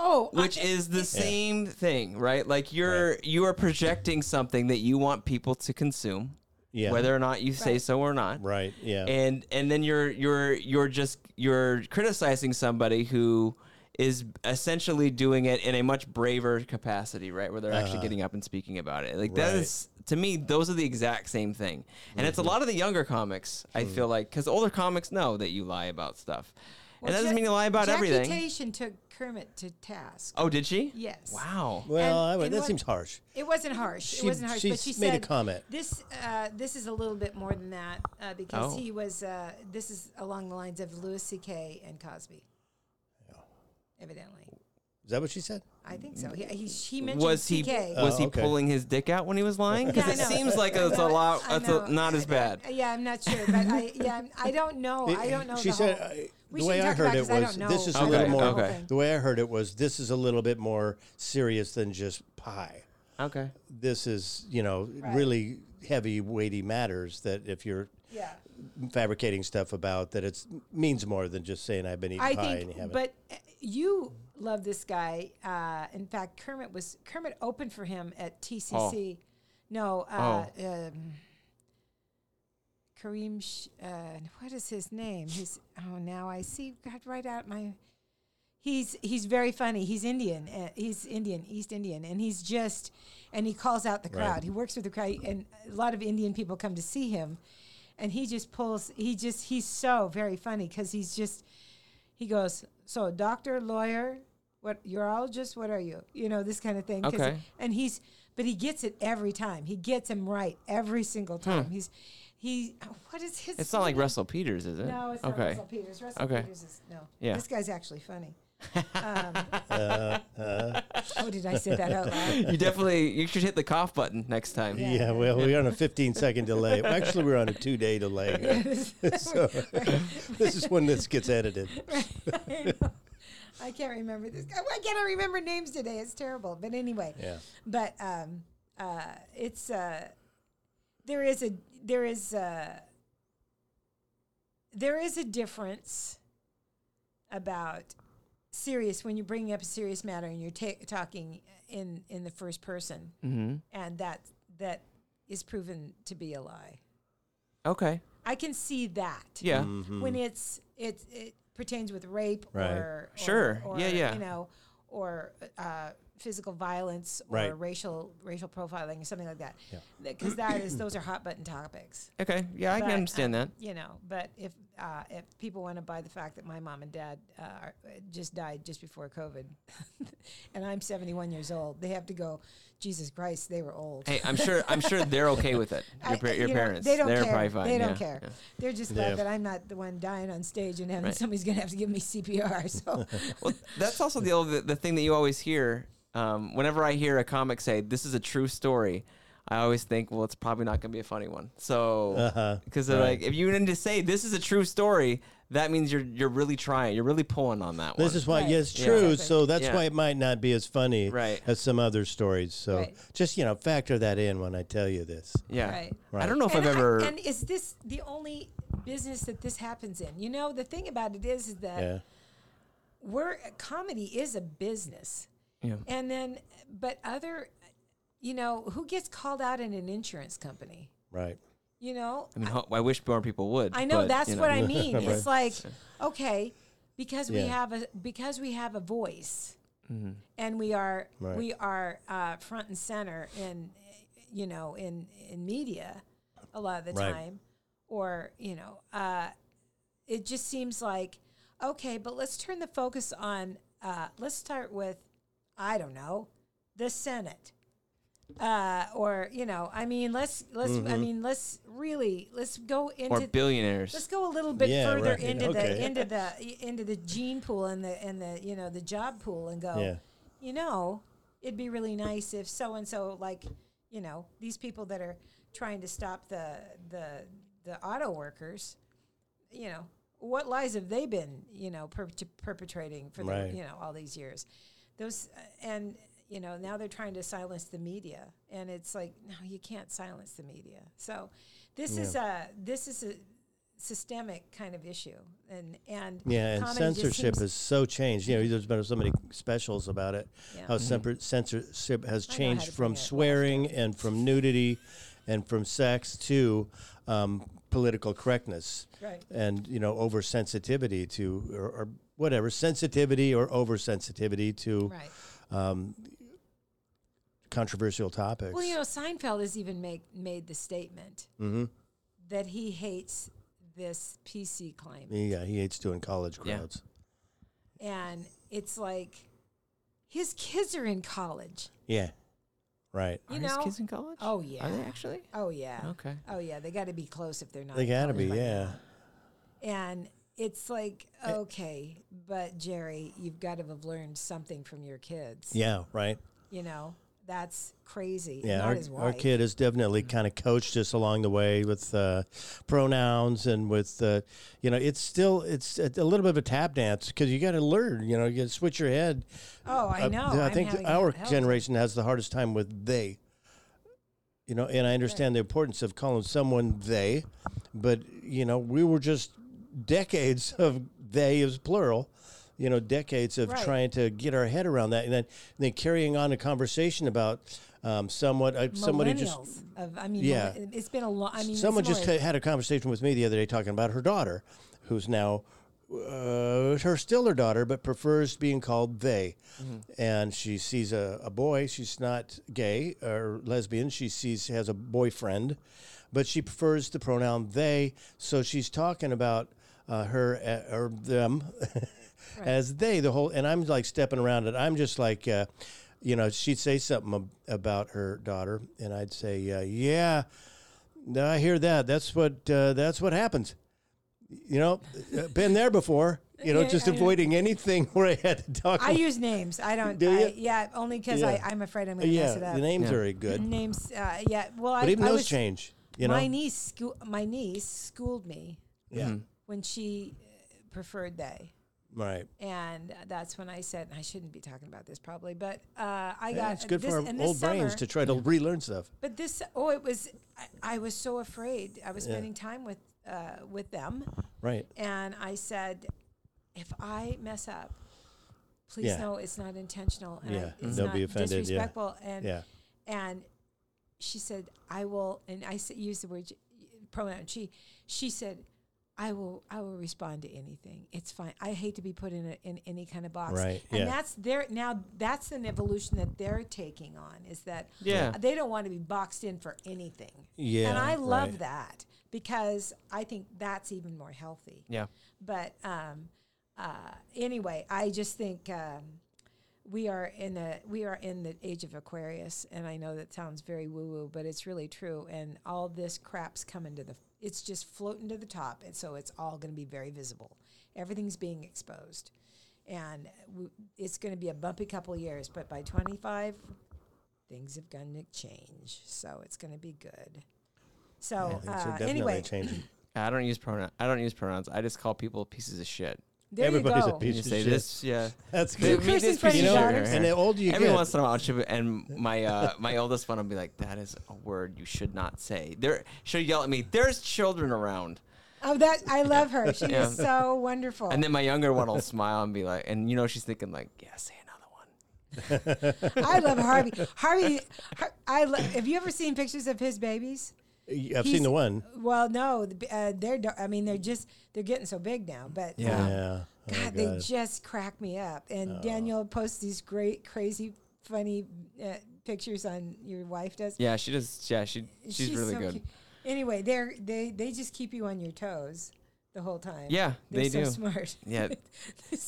Speaker 2: Oh,
Speaker 1: which
Speaker 2: I,
Speaker 1: is the same thing right like you're you are projecting something that you want people to consume
Speaker 3: Yeah.
Speaker 1: whether or not you say so or not
Speaker 3: right yeah
Speaker 1: and and then you're you're you're just you're criticizing somebody who is essentially doing it in a much braver capacity, right? Where they're actually getting up and speaking about it. Like that
Speaker 3: Uh-huh. Right. Mm-hmm.
Speaker 1: is to me, those are the exact same thing. And it's a lot of the younger comics, I
Speaker 3: Hmm.
Speaker 1: feel like, because older comics know that you lie about stuff. and that doesn't mean you lie about
Speaker 2: Jackie
Speaker 1: everything.
Speaker 2: Cation took Kermit to task.
Speaker 1: oh, did she?
Speaker 2: Yes.
Speaker 1: Wow.
Speaker 3: Well,
Speaker 2: And-
Speaker 3: I would-
Speaker 2: and
Speaker 3: that
Speaker 2: what-
Speaker 3: seems harsh.
Speaker 2: It wasn't harsh.
Speaker 3: She-
Speaker 2: it wasn't harsh.
Speaker 3: she
Speaker 2: but she
Speaker 3: made a
Speaker 2: said,
Speaker 3: comment.
Speaker 2: This uh, this is a little bit more than that uh, because
Speaker 1: Oh.
Speaker 2: he was. Uh, this is along the lines of Louis C.K. and Cosby. Evidently,
Speaker 3: Is that what she said?
Speaker 2: I think so. He he, he mentioned
Speaker 1: Was he
Speaker 2: C.K.
Speaker 1: was he
Speaker 3: Oh, okay.
Speaker 1: pulling his dick out when he was
Speaker 3: (laughs)
Speaker 1: lying? Because
Speaker 2: Yeah, I
Speaker 1: it
Speaker 2: know.
Speaker 1: seems like it's a
Speaker 2: Well,
Speaker 1: lot.
Speaker 2: I
Speaker 1: It's a,
Speaker 2: know. Uh,
Speaker 1: not as bad.
Speaker 2: yeah, I'm not sure, but I yeah, I'm- I don't
Speaker 3: (laughs)
Speaker 2: know. I don't know.
Speaker 3: She
Speaker 2: the
Speaker 3: said
Speaker 2: whole-
Speaker 3: uh,
Speaker 2: we
Speaker 3: the way I
Speaker 2: shouldn't talk
Speaker 3: heard
Speaker 2: about
Speaker 3: it
Speaker 2: 'cause I
Speaker 3: was
Speaker 2: don't know.
Speaker 3: this is
Speaker 2: I
Speaker 3: a
Speaker 1: don't
Speaker 3: little
Speaker 1: know
Speaker 3: more.
Speaker 1: the whole Okay. thing.
Speaker 3: The way I heard it was this is a little bit more serious than just pie.
Speaker 1: Okay.
Speaker 3: This is you know really heavy, weighty matters that if you're
Speaker 2: yeah.
Speaker 3: fabricating stuff about that it means more than just saying I've been eating
Speaker 2: I
Speaker 3: pie and you
Speaker 2: think,
Speaker 3: haven't. (laughs)
Speaker 2: but uh, you love this guy. Uh, in fact, Kermit was Kermit opened for him at TCC. No, uh, um, Kareem. Sh- uh, what is his name? He's oh, now I see. God, right out my. He's he's very funny. He's Indian. Uh, he's Indian, East Indian, and he's just, and he calls out the crowd. He works with the crowd, and a lot of Indian people come to see him, and he just pulls. He just he's so very funny because he's just he goes, so doctor, lawyer, what urologist, what are you? You know, this kind of thing. 'Cause-
Speaker 1: Okay.
Speaker 2: And he's, but he gets it every time. He gets him right every single time. He's, he, what is his?
Speaker 1: Hmm. It's not like
Speaker 2: name?
Speaker 1: Russell Peters, is it?
Speaker 2: No, it's not
Speaker 1: okay.
Speaker 2: Russell Peters. Russell
Speaker 1: Okay.
Speaker 2: Peters is no.
Speaker 1: Yeah.
Speaker 2: This guy's actually funny.
Speaker 3: (laughs) Uh-huh.
Speaker 2: Um, oh, did I say that out loud?
Speaker 1: (laughs)
Speaker 2: (laughs)
Speaker 1: You definitely you should hit the cough button next time.
Speaker 2: Yeah.
Speaker 3: yeah, well, we're on a 15 second delay. Actually, we're on a two
Speaker 2: (laughs)
Speaker 3: day delay. (laughs) so this is when this gets edited.
Speaker 2: I can't remember this guy. Why can't I remember names today? It's terrible. But anyway,
Speaker 3: Yeah.
Speaker 2: but um, uh, it's uh, there is a there is a there is a difference about serious when you're bringing up a serious matter and you're ta- talking in in the first person,
Speaker 1: Mm-hmm.
Speaker 2: and that that is proven to be a lie.
Speaker 1: Okay.
Speaker 2: I can see that
Speaker 1: Yeah.
Speaker 3: Mm.
Speaker 2: when it's it's it pertains with rape
Speaker 3: Mm-hmm. Right.
Speaker 2: or
Speaker 1: Sure.
Speaker 2: or, or,
Speaker 1: Yeah, yeah.
Speaker 2: you know or uh, physical violence or
Speaker 3: Right.
Speaker 2: racial racial profiling or something like that
Speaker 3: Yeah.
Speaker 2: because that
Speaker 3: (clears throat)
Speaker 2: is those are hot button topics
Speaker 1: Okay. Yeah, I
Speaker 2: But,
Speaker 1: can understand
Speaker 2: um,
Speaker 1: that.
Speaker 2: you know but if uh, if people want to buy the fact that my mom and dad uh, are, just died just before covid (laughs) and i'm 71 years old they have to go jesus christ they were old
Speaker 1: Hey, I'm sure. I'm sure they're okay with it.
Speaker 2: I-
Speaker 1: Your, par- your
Speaker 2: you know,
Speaker 1: parents.
Speaker 2: they don't
Speaker 1: are
Speaker 2: care.
Speaker 1: probably fine.
Speaker 2: They don't
Speaker 1: yeah,
Speaker 2: care.
Speaker 1: yeah.
Speaker 2: They're just glad
Speaker 3: Yeah.
Speaker 2: that I'm not the one dying on stage and having
Speaker 1: Right.
Speaker 2: somebody's going to have to give me CPR. (laughs) So
Speaker 1: Well, that's also the old, the thing that you always hear. Um, whenever I hear a comic say this is a true story, I always think, well, it's probably not going to be a funny one.
Speaker 3: Uh-huh,
Speaker 1: So, because they're like, if you need to say this is a true story, that means you're you're really trying. You're really pulling on that one.
Speaker 3: This is why,
Speaker 2: Right.
Speaker 3: yes,
Speaker 1: Yeah.
Speaker 3: true.
Speaker 2: Exactly.
Speaker 3: So that's
Speaker 1: Yeah.
Speaker 3: why it might not be as funny
Speaker 1: Right.
Speaker 3: as some other stories. So
Speaker 2: Right.
Speaker 3: just, you know, factor that in when I tell you this.
Speaker 1: yeah.
Speaker 2: Right.
Speaker 1: I don't know (laughs) if
Speaker 2: and,
Speaker 1: I've
Speaker 2: I-
Speaker 1: ever.
Speaker 2: and is this the only business that this happens in? You know, the thing about it is, is that
Speaker 3: Yeah.
Speaker 2: we're comedy is a business,
Speaker 1: Yeah.
Speaker 2: and then but other, you know, who gets called out in an insurance company?
Speaker 3: Right.
Speaker 2: You know,
Speaker 1: I mean, ho- I wish more people would.
Speaker 2: I know
Speaker 1: but,
Speaker 2: that's
Speaker 1: you
Speaker 2: what
Speaker 1: (laughs)
Speaker 2: I mean.
Speaker 3: Right.
Speaker 2: It's like okay, because we
Speaker 3: Yeah.
Speaker 2: have a because we have a voice, and we are
Speaker 3: Right.
Speaker 2: we are uh, front and center in you know in in media a lot of the
Speaker 3: Right.
Speaker 2: time, or you know uh, it just seems like okay, but let's turn the focus on uh, let's start with I don't know the Senate uh, or you know I mean let's let's I mean let's really let's go into
Speaker 1: Or billionaires.
Speaker 2: Let's go a little bit
Speaker 3: Yeah,
Speaker 2: further
Speaker 3: right.
Speaker 2: into the
Speaker 3: Okay.
Speaker 2: into the into the gene pool and the and the you know the job pool and go.
Speaker 3: Yeah.
Speaker 2: You know, it'd be really nice if so and so like you know these people that are trying to stop the the the auto workers. You know what lies have they been you know per- perpetrating for
Speaker 3: Right.
Speaker 2: the, you know all these years? Those uh, and you know now they're trying to silence the media and it's like no you can't silence the media. So this is a this is a systemic kind of issue, and and
Speaker 3: Yeah, and
Speaker 2: comedy just
Speaker 3: censorship
Speaker 2: seems-
Speaker 3: is so changed. You know, there's been so many specials about it.
Speaker 2: Yeah. Mm-hmm.
Speaker 3: How censor- censorship has
Speaker 2: how
Speaker 3: changed
Speaker 2: to bring
Speaker 3: from
Speaker 2: it.
Speaker 3: swearing and from nudity and from sex to um, political correctness
Speaker 2: Right.
Speaker 3: and you know oversensitivity to or, or whatever sensitivity or oversensitivity to
Speaker 2: Right.
Speaker 3: um, controversial topics.
Speaker 2: Well, you know, Seinfeld has even make, made the statement
Speaker 3: Mhm.
Speaker 2: that he hates this PC climate.
Speaker 3: yeah, he hates doing college
Speaker 1: Yeah.
Speaker 3: crowds.
Speaker 2: And it's like his kids are in college.
Speaker 3: Yeah, right.
Speaker 2: You
Speaker 1: Are
Speaker 2: know?
Speaker 1: his kids in college?
Speaker 2: Oh, yeah.
Speaker 1: Are they actually?
Speaker 2: Oh, yeah.
Speaker 1: Okay.
Speaker 2: Oh, yeah. They got to be close if they're not.
Speaker 3: They
Speaker 2: in
Speaker 3: gotta
Speaker 2: college
Speaker 3: be.
Speaker 2: by
Speaker 3: Yeah,
Speaker 2: And it's like,
Speaker 3: Uh,
Speaker 2: okay, but Jerry, you've got to have learned something from your kids.
Speaker 3: yeah, right.
Speaker 2: You know, that's crazy.
Speaker 3: Yeah,
Speaker 2: Not
Speaker 3: our,
Speaker 2: his wife.
Speaker 3: our kid has definitely kind of coached us along the way with uh, pronouns and with uh, you know it's still it's a, a little bit of a tap dance because you got to learn you know you got to switch your head.
Speaker 2: Oh, I
Speaker 3: Uh,
Speaker 2: know.
Speaker 3: I
Speaker 2: I'm
Speaker 3: think
Speaker 2: having
Speaker 3: our
Speaker 2: a hell of a
Speaker 3: generation has the hardest time with they. You know, and I understand the importance of calling someone they, but you know we were just decades (laughs) of they is plural. You know, decades of
Speaker 2: Right.
Speaker 3: trying to get our head around that, and then, and then carrying on a conversation about um, somewhat. Uh, somebody just
Speaker 2: millennials of, I mean,
Speaker 3: Yeah.
Speaker 2: millen- it's been a long. I mean, it's
Speaker 3: Someone just
Speaker 2: more-
Speaker 3: had a conversation with me the other day talking about her daughter, who's now uh, her still her daughter, but prefers being called they.
Speaker 2: Mm-hmm.
Speaker 3: And she sees a, a boy. She's not gay or lesbian. She sees has a boyfriend, but she prefers the pronoun they. So she's talking about uh, her uh, or them (laughs) as they the whole. And I'm like stepping around it. I'm just like. Uh, you know, she'd say something ab- about her daughter, and I'd say, uh, "Yeah, no, I hear that. That's what uh, that's what happens. You know, uh, been there before. You know,
Speaker 2: Yeah,
Speaker 3: just
Speaker 2: I know.
Speaker 3: avoiding anything (laughs) where I had to talk.
Speaker 2: I
Speaker 3: about-
Speaker 2: use names. I don't.
Speaker 3: "Oh." Do
Speaker 2: I,
Speaker 3: you?
Speaker 2: yeah, only because
Speaker 3: Yeah.
Speaker 2: I'm afraid I'm going to
Speaker 3: yeah,
Speaker 2: mess it up.
Speaker 3: the names
Speaker 1: Yeah.
Speaker 3: are good,
Speaker 2: Names. Uh, yeah. Well, I,
Speaker 3: but even
Speaker 2: I
Speaker 3: those
Speaker 2: was,
Speaker 3: change. You know,
Speaker 2: my niece. School, my niece schooled me
Speaker 3: yeah,
Speaker 1: Mm-hmm.
Speaker 2: when she uh, preferred they.
Speaker 3: right.
Speaker 2: And that's when I said and I shouldn't be talking about this probably, but uh, I
Speaker 3: Yeah,
Speaker 2: got
Speaker 3: it's good
Speaker 2: this,
Speaker 3: for our
Speaker 2: and this
Speaker 3: old brains
Speaker 2: summer-
Speaker 3: to try to relearn stuff.
Speaker 2: But this, oh, it was. I, I was so afraid. I was spending time with uh, with them,
Speaker 3: Right.
Speaker 2: and I said, if I mess up, please
Speaker 3: Yeah.
Speaker 2: know it's not intentional. And I-
Speaker 3: Yeah,
Speaker 2: it's
Speaker 3: they'll
Speaker 2: not
Speaker 3: be offended, yeah.
Speaker 2: Disrespectful. And
Speaker 3: Yeah.
Speaker 2: and she said, I will. And I s- used the word j- pronoun she. She said. I will. I will respond to anything. It's fine. I hate to be put in a, in any kind of box.
Speaker 3: Right,
Speaker 2: And
Speaker 3: yeah.
Speaker 2: that's their now. That's an evolution that they're taking on. Is that
Speaker 1: Yeah.
Speaker 2: They don't want to be boxed in for anything.
Speaker 3: Yeah,
Speaker 2: And I love
Speaker 3: right.
Speaker 2: that because I think that's even more healthy.
Speaker 1: Yeah.
Speaker 2: But um, uh, anyway, I just think um, we are in a we are in the age of Aquarius, and I know that sounds very woo woo, but it's really true. And all this crap's coming to the it's just floating to the top, and so it's all going to be very visible. Everything's being exposed, and w- it's going to be a bumpy couple of years. But by twenty five, things have gone to change, so it's going to be good. So
Speaker 3: Things are
Speaker 2: uh,
Speaker 3: definitely
Speaker 2: anyway, (laughs)
Speaker 3: changing.
Speaker 1: I don't use pronoun. I don't use pronouns. I just call people pieces of shit.
Speaker 2: there
Speaker 3: Everybody's a
Speaker 2: you go.
Speaker 1: You
Speaker 3: Piece
Speaker 1: just
Speaker 3: of
Speaker 1: say
Speaker 3: shit.
Speaker 1: this,
Speaker 2: (laughs)
Speaker 1: yeah.
Speaker 3: That's
Speaker 1: They-
Speaker 3: good.
Speaker 1: me,
Speaker 2: curse
Speaker 1: this
Speaker 2: in front
Speaker 1: piece
Speaker 2: of
Speaker 1: of
Speaker 2: your
Speaker 1: shit
Speaker 2: daughters?
Speaker 1: right
Speaker 3: and the
Speaker 1: here.
Speaker 3: older you
Speaker 1: Every
Speaker 3: get,
Speaker 1: once in a while, I'll chip, and my uh, my oldest one, I'll be like, "That is a word you should not say." There, she'll yell at me. There's children around,
Speaker 2: Oh, that I love her. She
Speaker 1: Yeah.
Speaker 2: is so wonderful.
Speaker 1: and then my younger one will smile and be like, and you know she's thinking like, "Yeah, say another one."
Speaker 2: (laughs) I love Harvey. Harvey, Har- I lo- have you ever seen pictures of his babies?
Speaker 3: I've
Speaker 2: He's-
Speaker 3: seen the one.
Speaker 2: Well, no, the b- uh, they're. do- I mean, they're just they're getting so big now. But
Speaker 1: Yeah.
Speaker 2: um,
Speaker 3: yeah. Oh,
Speaker 2: God, they just crack me up. And Daniel posts these great, crazy, funny uh, pictures on your wife does.
Speaker 1: Yeah, she does. Yeah, she she's, really
Speaker 2: so
Speaker 1: good.
Speaker 2: cute. Anyway, they're they they just keep you on your toes the whole time.
Speaker 1: Yeah,
Speaker 2: they're
Speaker 1: they
Speaker 2: so
Speaker 1: do.
Speaker 2: smart. (laughs)
Speaker 1: Yeah.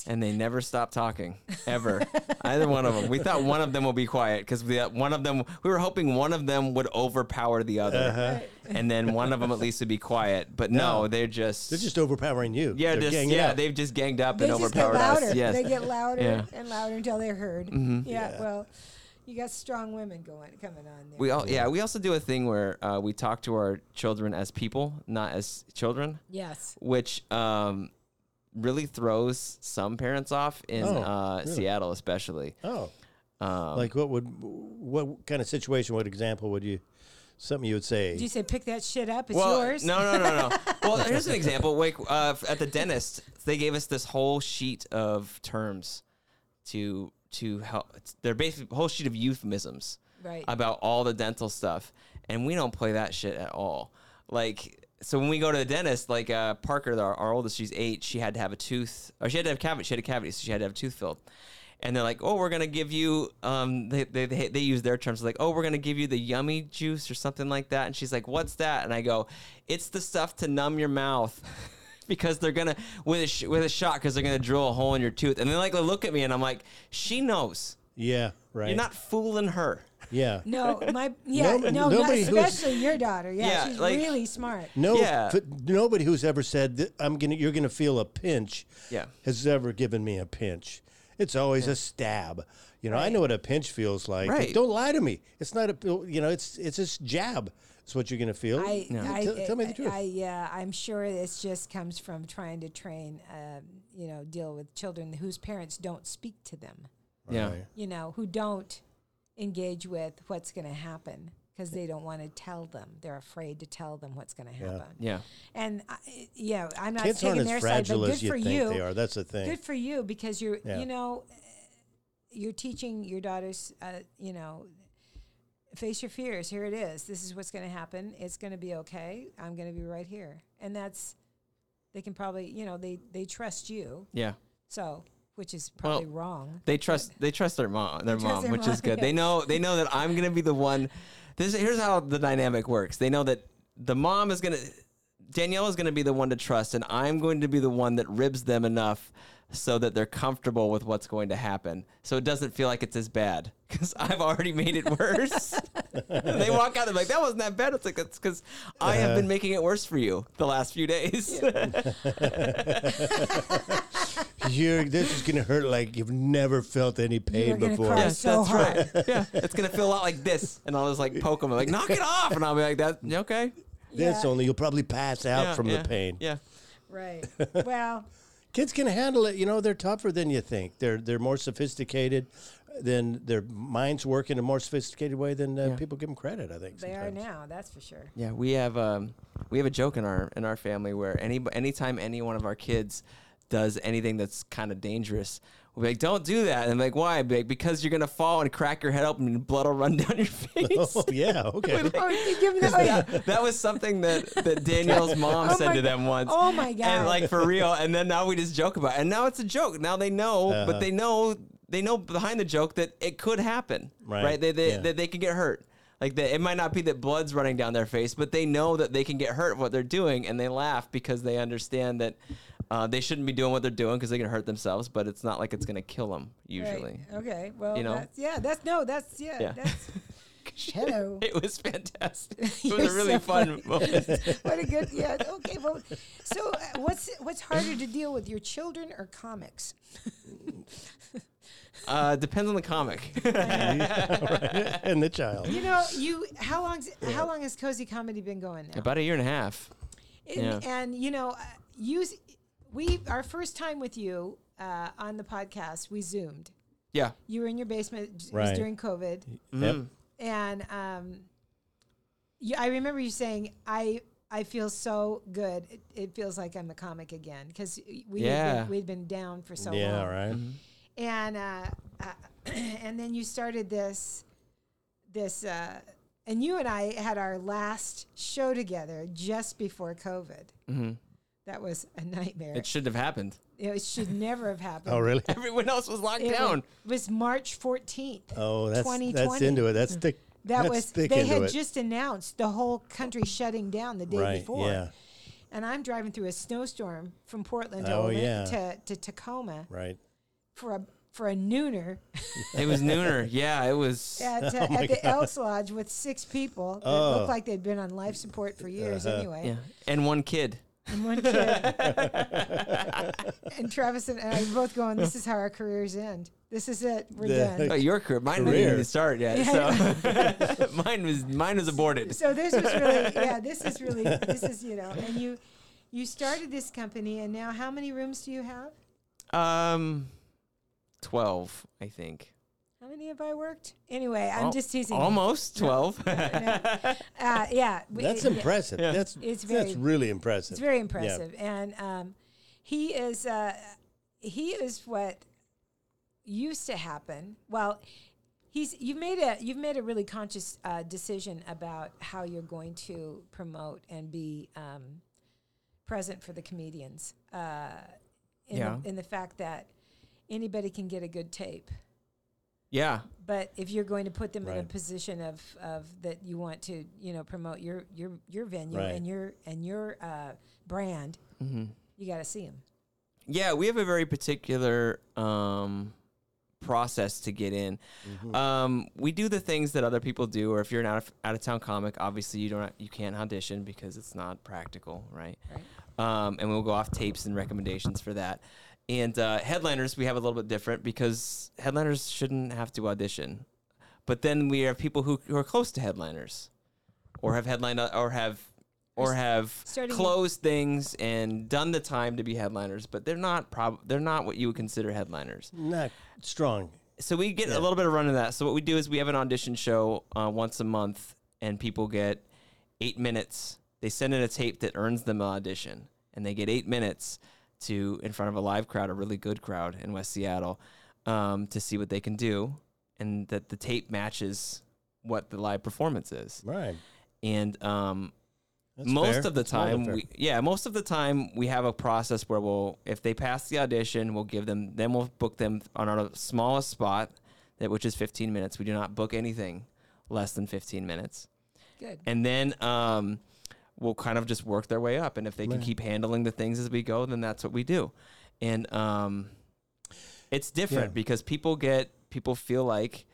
Speaker 1: And they never stop talking, ever. (laughs) Either one of them. We thought one of them would be quiet because one of them, we were hoping one of them would overpower the other. (laughs) And then one of them at least would be quiet. But no,
Speaker 3: Uh-huh. No.
Speaker 1: they're just.
Speaker 3: They're just overpowering you.
Speaker 1: yeah,
Speaker 3: They're
Speaker 1: just,
Speaker 3: ganging
Speaker 1: yeah
Speaker 3: up.
Speaker 1: they've just ganged up
Speaker 2: they
Speaker 1: and
Speaker 2: just get
Speaker 1: overpowered
Speaker 2: louder.
Speaker 1: us. Yes.
Speaker 2: They get louder
Speaker 1: Yeah.
Speaker 2: and louder until they're heard.
Speaker 3: Mm-hmm.
Speaker 2: Yeah, Well, you got strong women going coming on there.
Speaker 1: we all, yeah, we also do a thing where uh, we talk to our children as people, not as children.
Speaker 2: yes.
Speaker 1: which um, really throws some parents off in
Speaker 3: Oh,
Speaker 1: uh,
Speaker 3: really?
Speaker 1: Seattle, especially.
Speaker 3: Oh.
Speaker 1: Um,
Speaker 3: like what would what kind of situation? What example would you? Something you would say?
Speaker 2: Do you say pick that shit up? It's
Speaker 1: well,
Speaker 2: yours.
Speaker 1: no, no, no,
Speaker 2: (laughs)
Speaker 1: no. well, here's an example. Like uh, f- at the dentist, they gave us this whole sheet of terms to to help. They're basically a whole sheet of euphemisms
Speaker 2: Right.
Speaker 1: about all the dental stuff, and we don't play that shit at all. Like so when we go to the dentist, like uh, Parker, our, our oldest, she's eight. She had to have a tooth, or she had to have cavity. She had a cavity, so she had to have a tooth filled. And they're like, "Oh, we're gonna give you." Um, they, they, they they use their terms like, "Oh, we're gonna give you the yummy juice or something like that." And she's like, "What's that?" And I go, "It's the stuff to numb your mouth." (laughs) Because they're gonna with a sh- with a shot, because they're gonna drill a hole in your tooth, and they like they look at me, and I'm like, she knows.
Speaker 3: Yeah, right.
Speaker 1: You're not fooling her.
Speaker 3: yeah. (laughs)
Speaker 2: No, my yeah,
Speaker 3: No-
Speaker 2: no, not-
Speaker 3: nobody who's-
Speaker 2: especially your daughter. Yeah,
Speaker 1: Yeah,
Speaker 2: she's
Speaker 1: like-
Speaker 2: really smart.
Speaker 3: No,
Speaker 1: Yeah.
Speaker 3: f- nobody who's ever said that I'm gonna, you're gonna feel a pinch,
Speaker 1: Yeah.
Speaker 3: has ever given me a pinch. It's always a stab. You know, I know what a pinch feels like.
Speaker 1: Right.
Speaker 3: Don't lie to me. It's not a, you know, it's it's a jab. It's what you're gonna feel.
Speaker 2: I, I,
Speaker 3: Tell- tell me the
Speaker 2: I-
Speaker 3: truth.
Speaker 2: I, yeah, I'm sure this just comes from trying to train, um, you know, deal with children whose parents don't speak to them,
Speaker 1: yeah.
Speaker 3: Right.
Speaker 2: you know, who don't engage with what's going to happen because they don't want to tell them. They're afraid to tell them what's going to happen.
Speaker 1: Yeah.
Speaker 2: And I, yeah, I'm not
Speaker 3: Kids aren't
Speaker 2: taking their
Speaker 3: as
Speaker 2: side, but
Speaker 3: fragile
Speaker 2: good
Speaker 3: as you
Speaker 2: for
Speaker 3: think
Speaker 2: you.
Speaker 3: they are. That's the thing.
Speaker 2: Good for you because you're,
Speaker 3: Yeah.
Speaker 2: you know, you're teaching your daughters, uh, you know, face your fears. Here it is. This is what's going to happen. It's going to be okay. I'm going to be right here. And that's, they can probably, you know, they, they trust you.
Speaker 1: Yeah.
Speaker 2: So, which is
Speaker 1: Well,
Speaker 2: probably wrong.
Speaker 1: They trust they trust their mom their
Speaker 2: They trust
Speaker 1: mom,
Speaker 2: their
Speaker 1: which
Speaker 2: mom,
Speaker 1: is good.
Speaker 2: yeah.
Speaker 1: They know they know that I'm gonna be the one this here's how the dynamic works. They know that the mom is gonna Danielle is gonna be the one to trust and I'm going to be the one that ribs them enough so that they're comfortable with what's going to happen. So it doesn't feel like it's as bad because (laughs) I've already made it worse. (laughs) And they walk out and like, that wasn't that bad. It's like, it's because I have been making it worse for you the last few days.
Speaker 2: (laughs)
Speaker 3: You're, this is gonna hurt like you've never felt any pain
Speaker 2: gonna
Speaker 3: before.
Speaker 2: cry.
Speaker 1: Yes,
Speaker 2: so
Speaker 1: that's
Speaker 2: hard.
Speaker 3: (laughs)
Speaker 1: right. Yeah, it's gonna feel a lot like this, and I'll just like poke him, like knock it off, and I'll be like, "That okay?"
Speaker 3: This
Speaker 2: Yeah.
Speaker 3: only you'll probably pass out
Speaker 1: Yeah,
Speaker 3: from
Speaker 1: yeah,
Speaker 3: the pain.
Speaker 1: Yeah,
Speaker 2: Right. (laughs) well,
Speaker 3: Kids can handle it. You know, they're tougher than you think. They're they're more sophisticated. Than their minds work in a more sophisticated way than uh,
Speaker 1: Yeah.
Speaker 3: people give them credit. I think
Speaker 2: they are
Speaker 3: sometimes.
Speaker 2: now. That's for (laughs) sure.
Speaker 1: yeah. We have um, we have a joke in our in our family where any anytime any one of our kids does anything that's kind of dangerous, we'll be like, "Don't do that," and I'm like, "Why?" I'd be like, because you're gonna fall and crack your head open, and blood will run (laughs) down your face.
Speaker 3: (laughs) Oh yeah,
Speaker 2: (laughs)
Speaker 3: okay.
Speaker 2: Oh, you give them the- oh, yeah.
Speaker 1: that, that was something that,
Speaker 2: (laughs)
Speaker 1: that Danielle's mom
Speaker 2: Oh
Speaker 1: said
Speaker 2: my
Speaker 1: to them
Speaker 2: God.
Speaker 1: once.
Speaker 2: Oh my
Speaker 1: And
Speaker 2: God.
Speaker 1: like for real. And then now we just joke about it. And now it's a joke. Now they know, but
Speaker 2: Uh-huh.
Speaker 1: they know they know behind the joke that it could happen.
Speaker 3: Right.
Speaker 1: Right. They they,
Speaker 3: Yeah.
Speaker 1: that they could get hurt. Like that it might not be that blood's running down their face, but they know that they can get hurt what they're doing and they laugh because they understand that uh, they shouldn't be doing what they're doing because they can hurt themselves, but it's not like it's going to kill them usually.
Speaker 2: Right. Okay. Well,
Speaker 1: You know?
Speaker 2: that's, yeah, that's, no, that's, yeah,
Speaker 1: Yeah.
Speaker 2: that's,
Speaker 1: (laughs)
Speaker 2: hello.
Speaker 1: It was
Speaker 2: (laughs)
Speaker 1: fantastic. It
Speaker 2: You're
Speaker 1: was a really
Speaker 2: so
Speaker 1: fun moment.
Speaker 2: what a good yeah okay well so uh, what's what's harder to deal with your children or comics
Speaker 1: Uh, depends on the comic. (laughs)
Speaker 2: (laughs)
Speaker 3: and the child.
Speaker 2: you know you how long how long has cozy comedy been going now
Speaker 1: About a year and a half.
Speaker 2: and,
Speaker 1: yeah.
Speaker 2: and you know uh, you s- we our first time with you uh, on the podcast we zoomed
Speaker 1: Yeah.
Speaker 2: you were in your basement it was
Speaker 3: Right.
Speaker 2: during covid
Speaker 3: Yep.
Speaker 1: Mm.
Speaker 2: and um, you, I remember you saying, "I I feel so good. It, it feels like I'm a comic again because we
Speaker 1: Yeah.
Speaker 2: had been, we'd been down for so
Speaker 3: yeah,
Speaker 2: long."
Speaker 3: right.
Speaker 1: Mm-hmm.
Speaker 2: And uh, uh, (clears throat) and then you started this this uh, and you and I had our last show together just before COVID.
Speaker 3: Mm-hmm.
Speaker 2: That was a nightmare.
Speaker 1: It shouldn't have happened.
Speaker 2: it should never have happened.
Speaker 3: (laughs) Oh,
Speaker 2: (laughs)
Speaker 3: really?
Speaker 1: (laughs) Everyone else was locked
Speaker 2: It
Speaker 1: down.
Speaker 2: was March 14th.
Speaker 3: Oh, that's that's
Speaker 2: 2020.
Speaker 3: into it. That's thick.
Speaker 1: Mm.
Speaker 2: That
Speaker 3: that's
Speaker 2: was
Speaker 3: thick
Speaker 2: they
Speaker 3: into
Speaker 2: had
Speaker 3: it.
Speaker 2: just announced the whole country shutting down the day
Speaker 3: right.
Speaker 2: before.
Speaker 3: Yeah.
Speaker 2: And I'm driving through a snowstorm from Portland to,
Speaker 3: Oh,
Speaker 2: Olin-
Speaker 3: yeah.
Speaker 2: to, to Tacoma
Speaker 3: Right.
Speaker 2: for a for a
Speaker 3: (laughs)
Speaker 2: nooner
Speaker 1: It was nooner. Yeah, it
Speaker 2: (laughs)
Speaker 1: was.
Speaker 2: at,
Speaker 3: Oh,
Speaker 2: uh, at the Elks Lodge with six people that looked like they'd been on life support for years
Speaker 3: Uh-huh.
Speaker 2: anyway.
Speaker 1: Yeah. And one kid.
Speaker 2: And one
Speaker 3: (laughs)
Speaker 2: kid and Travis and I were both going, This is how our careers end. This is it. We're
Speaker 3: The-
Speaker 2: done.
Speaker 3: (laughs)
Speaker 1: Oh, your career. Mine didn't
Speaker 3: Career.
Speaker 1: even start yet. So (laughs) mine was mine was aborted.
Speaker 2: so this was really yeah this is really this is you know and you you started this company and now how many rooms do you have
Speaker 1: Um, twelve, I think.
Speaker 2: how many have i worked anyway i'm
Speaker 1: Al-
Speaker 2: just teasing you.
Speaker 1: Almost twelve. (laughs)
Speaker 2: uh, (laughs) yeah we-
Speaker 3: That's
Speaker 2: it-
Speaker 3: impressive. That's
Speaker 2: It's
Speaker 3: that's
Speaker 2: very-
Speaker 3: really impressive.
Speaker 2: it's very impressive and um, he is uh, he is what used to happen well He's you've made a you've made a really conscious uh, decision about how you're going to promote and be um, present for the comedians. Uh, in,
Speaker 1: Yeah.
Speaker 2: the, in the fact that anybody can get a good tape,
Speaker 1: Yeah.
Speaker 2: but if you're going to put them in a
Speaker 3: Right.
Speaker 2: position of, of that you want to you know promote your your your venue
Speaker 3: Right.
Speaker 2: and your and your uh, brand, you got to see them.
Speaker 1: Mm-hmm. Yeah, we have a very particular um, process to get in. Um, we do the things that other people do, or if you're an out of, out of town comic, obviously you don't you can't audition because it's not practical, right? Um, and we'll go off tapes and recommendations for that. And uh, headliners, we have a little bit different because headliners shouldn't have to audition, but then we have people who, who are close to headliners, or have headlined uh, or have or have
Speaker 2: starting-
Speaker 1: closed things and done the time to be headliners, but they're not prob- they're not what you would consider headliners
Speaker 3: Not strong.
Speaker 1: so we get a little bit of run of that. So what we do is we have an audition show uh, once a month, and people get eight minutes. They send in a tape that earns them an audition, and they get eight minutes to in front of a live crowd, a really good crowd in West Seattle, um, to see what they can do, and that the tape matches what the live performance is.
Speaker 3: Right.
Speaker 1: And um,
Speaker 3: That's
Speaker 1: most
Speaker 3: fair.
Speaker 1: of the
Speaker 3: It's more than
Speaker 1: time
Speaker 3: fair.
Speaker 1: we, yeah most of the time we have a process where we'll if they pass the audition we'll give them then we'll book them on our smallest spot that which is 15 minutes we do not book anything less than 15 minutes
Speaker 2: Good.
Speaker 1: and then um, we'll kind of just work their way up and if they can keep handling the things as we go then that's what we do and um, it's different
Speaker 3: Yeah.
Speaker 1: because people get people feel like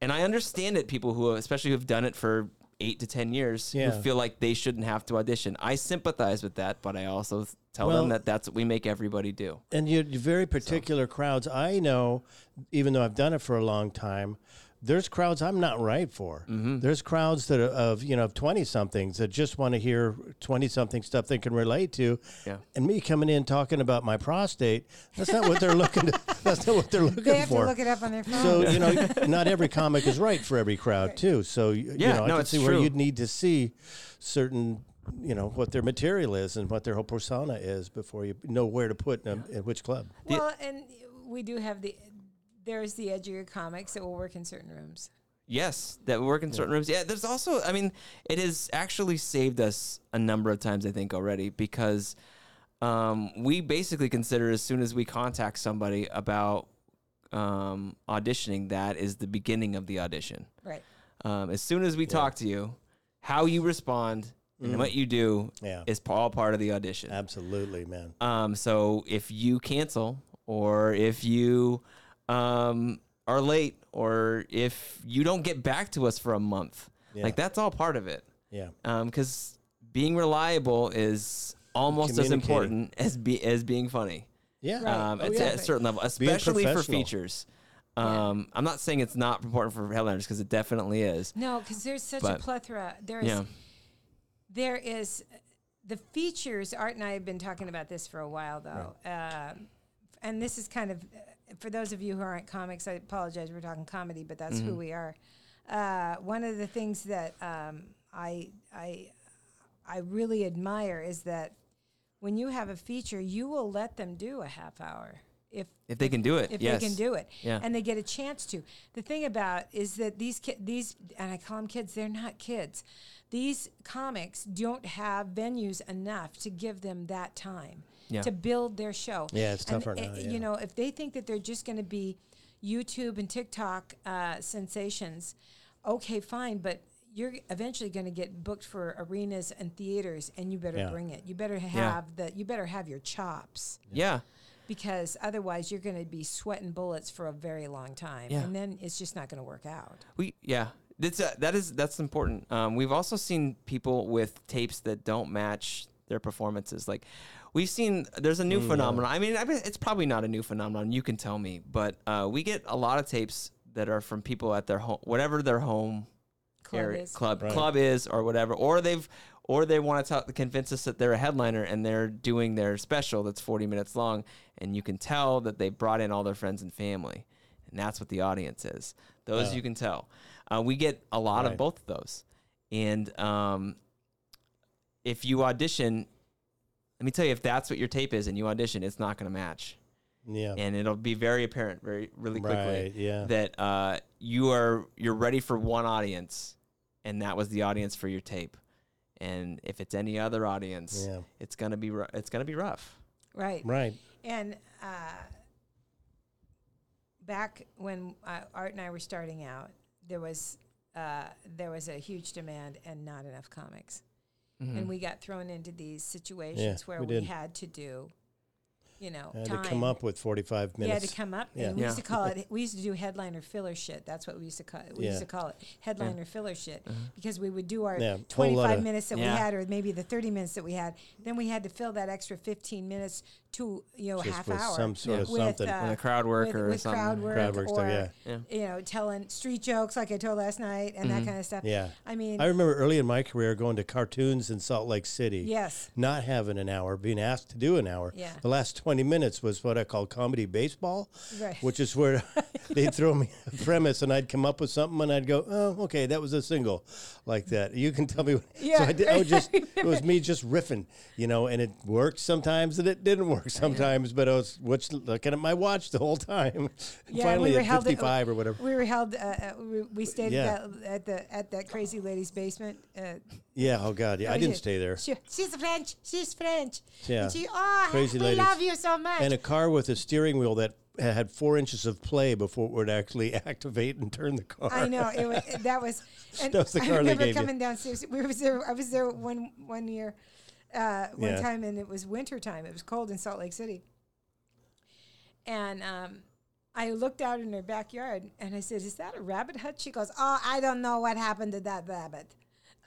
Speaker 1: and i understand it people who especially who've done it for eight to ten years
Speaker 3: Yeah.
Speaker 1: who feel like they shouldn't have to audition i sympathize with that but i also tell
Speaker 3: Well-
Speaker 1: them that that's what we make everybody do
Speaker 3: and you you're very particular crowds. I know, even though I've done it for a long time, there's crowds I'm not right for. There's crowds that are of you know of twenty somethings that just want to hear twenty something stuff they can relate to.
Speaker 1: Yeah.
Speaker 3: And me coming in talking about my prostate, that's not what they're looking. To, (laughs) that's not what they're looking
Speaker 2: They have
Speaker 3: for.
Speaker 2: to look it up on their
Speaker 1: (laughs)
Speaker 2: phone.
Speaker 3: so you know, not every comic is right for every crowd too. So y- you
Speaker 1: Yeah,
Speaker 3: know,
Speaker 1: no,
Speaker 3: I can
Speaker 1: it's
Speaker 3: see where
Speaker 1: true.
Speaker 3: you'd need to see certain, you know, what their material is and what their whole persona is before you know where to put them in which club.
Speaker 1: The-
Speaker 2: Well, and we do have the there's the edgier comics that will work in certain rooms.
Speaker 1: Yes, that we work in certain rooms. Yeah, there's also, I mean, it has actually saved us a number of times, I think, already because um, we basically consider as soon as we contact somebody about um, auditioning, that is the beginning of the audition.
Speaker 2: Right.
Speaker 1: Um, as soon as we talk to you, how you respond and what you do
Speaker 3: Yeah.
Speaker 1: is pa- all part of the audition.
Speaker 3: Absolutely, man.
Speaker 1: Um, so if you cancel or if you um, are late or if you don't get back to us for a month, like that's all part of it.
Speaker 3: Yeah.
Speaker 1: Because being reliable is almost as
Speaker 3: Communicating.
Speaker 1: important as be as being funny.
Speaker 3: Yeah.
Speaker 2: Right.
Speaker 1: Um,
Speaker 2: Oh,
Speaker 1: it's
Speaker 2: yeah.
Speaker 1: at a certain level, especially for
Speaker 3: professional.
Speaker 1: features. Um, I'm not saying it's not important for headliners because it definitely is.
Speaker 2: No, because there's such
Speaker 1: But-
Speaker 2: a plethora. There's
Speaker 1: Yeah,
Speaker 2: there is the features. Art and I have been talking about this for a while though, uh, and this is kind of uh, for those of you who aren't comics. I apologize. We're talking comedy, but that's who we are. Uh, one of the things that um, I I I really admire is that when you have a feature, you will let them do a half hour if
Speaker 1: if they can do it,
Speaker 2: if
Speaker 1: yes.
Speaker 2: they can do it
Speaker 1: Yeah.
Speaker 2: and they get a chance to the thing about is that these ki- these and i call them kids they're not kids these comics don't have venues enough to give them that time
Speaker 1: Yeah.
Speaker 2: to build their show
Speaker 3: Yeah, it's
Speaker 2: And,
Speaker 3: tougher
Speaker 2: uh,
Speaker 3: now, yeah.
Speaker 2: you know if they think that they're just going to be youtube and tiktok uh, sensations okay fine but you're eventually going to get booked for arenas and theaters and you better
Speaker 3: Yeah.
Speaker 2: bring it you better have the you better have your chops
Speaker 1: yeah.
Speaker 2: because otherwise you're going to be sweating bullets for a very long time
Speaker 1: Yeah.
Speaker 2: and then it's just not going to work out
Speaker 1: We yeah, that's uh, that is that's important. Um, we've also seen people with tapes that don't match their performances. Like we've seen, there's a new phenomenon. I mean, I mean, it's probably not a new phenomenon. You can tell me, but uh, we get a lot of tapes that are from people at their home, whatever their home
Speaker 2: Club
Speaker 1: area-
Speaker 2: is.
Speaker 1: club club is or whatever, or they've. Or they want to tell, convince us that they're a headliner and they're doing their special that's 40 minutes long, and you can tell that they brought in all their friends and family and that's what the audience is. Those you can tell. Uh, we get a lot of
Speaker 3: Right.
Speaker 1: both of those, and um, if you audition, let me tell you, if that's what your tape is and you audition, it's not going to match,
Speaker 3: Yeah.
Speaker 1: and it'll be very apparent very really quickly
Speaker 3: Right, yeah.
Speaker 1: that uh, you are you're ready for one audience, and that was the audience for your tape. And if it's any other audience,
Speaker 3: Yeah.
Speaker 1: it's gonna be ru- it's gonna be rough.
Speaker 2: right.
Speaker 3: Right.
Speaker 2: And uh, back when uh, Art and I were starting out, there was uh, there was a huge demand and not enough comics,
Speaker 1: Mm-hmm.
Speaker 2: and we got thrown into these situations where
Speaker 3: we
Speaker 2: we,
Speaker 3: did.
Speaker 2: had to do, you know,
Speaker 3: I had
Speaker 2: time.
Speaker 3: to come up with 45
Speaker 2: You had to
Speaker 3: minutes.
Speaker 2: come up.
Speaker 3: Yeah.
Speaker 2: And we used
Speaker 1: Yeah.
Speaker 2: to call it. We used to do headliner filler shit. That's what we used to call. it. We
Speaker 3: Yeah.
Speaker 2: used to call it headliner filler shit because we would do our
Speaker 3: Yeah, whole lot
Speaker 2: twenty-five
Speaker 3: of-
Speaker 2: minutes that
Speaker 1: Uh-huh. Yeah.
Speaker 2: we had, or maybe the thirty minutes that we had. Then we had to fill that extra fifteen minutes to you know
Speaker 3: Just
Speaker 2: half
Speaker 3: with
Speaker 2: hour
Speaker 3: some sort of
Speaker 2: with,
Speaker 3: something.
Speaker 2: uh,
Speaker 1: With the crowd work
Speaker 2: with,
Speaker 1: or
Speaker 2: with
Speaker 1: something.
Speaker 2: crowd work,
Speaker 3: Crowd work stuff,
Speaker 2: or
Speaker 3: yeah.
Speaker 1: Yeah. Mm-hmm.
Speaker 2: you know telling street jokes like I told last night and that kind of stuff.
Speaker 3: Yeah.
Speaker 2: I mean,
Speaker 3: I remember early in my career going to cartoons in Salt Lake City.
Speaker 2: yes,
Speaker 3: Not having an hour, being asked to do an hour.
Speaker 2: Yeah.
Speaker 3: The last 20 minutes was what I call comedy baseball,
Speaker 2: Right.
Speaker 3: which
Speaker 2: (laughs)
Speaker 3: is where they'd throw me a premise and I'd come up with something and I'd go, oh, okay, that was a single like that. You can tell me. What.
Speaker 2: (laughs)
Speaker 3: So
Speaker 2: Yeah,
Speaker 3: I did, I would just, it was me just riffing, you know, and it worked sometimes and it didn't work sometimes, but I was watch, looking at my watch the whole time. (laughs)
Speaker 2: yeah. and
Speaker 3: Finally
Speaker 2: we were
Speaker 3: at
Speaker 2: held
Speaker 3: 55 or whatever.
Speaker 2: We were held. Uh, uh, we, we stayed
Speaker 3: Yeah.
Speaker 2: at, that, at the at that crazy lady's basement. Uh,
Speaker 3: Yeah. Oh, God. Yeah. I
Speaker 2: Oh,
Speaker 3: didn't
Speaker 2: yeah.
Speaker 3: stay there.
Speaker 2: She, she's French. She's French.
Speaker 3: Yeah.
Speaker 2: And she, oh,
Speaker 3: Crazy
Speaker 2: I
Speaker 3: ladies.
Speaker 2: love you so much.
Speaker 3: and a car with a steering wheel that had four inches of play before it would actually (laughs) activate and turn the car.
Speaker 2: I know it was
Speaker 3: (laughs)
Speaker 2: that was. And
Speaker 3: That was the
Speaker 2: I
Speaker 3: car they
Speaker 2: remember
Speaker 3: gave you.
Speaker 2: coming downstairs. We was there. I was there one one year, uh, one
Speaker 3: Yeah.
Speaker 2: time, and it was winter time. It was cold in Salt Lake City, and um, I looked out in her backyard and I said, "Is that a rabbit hut?" She goes, "Oh, I don't know what happened to that rabbit."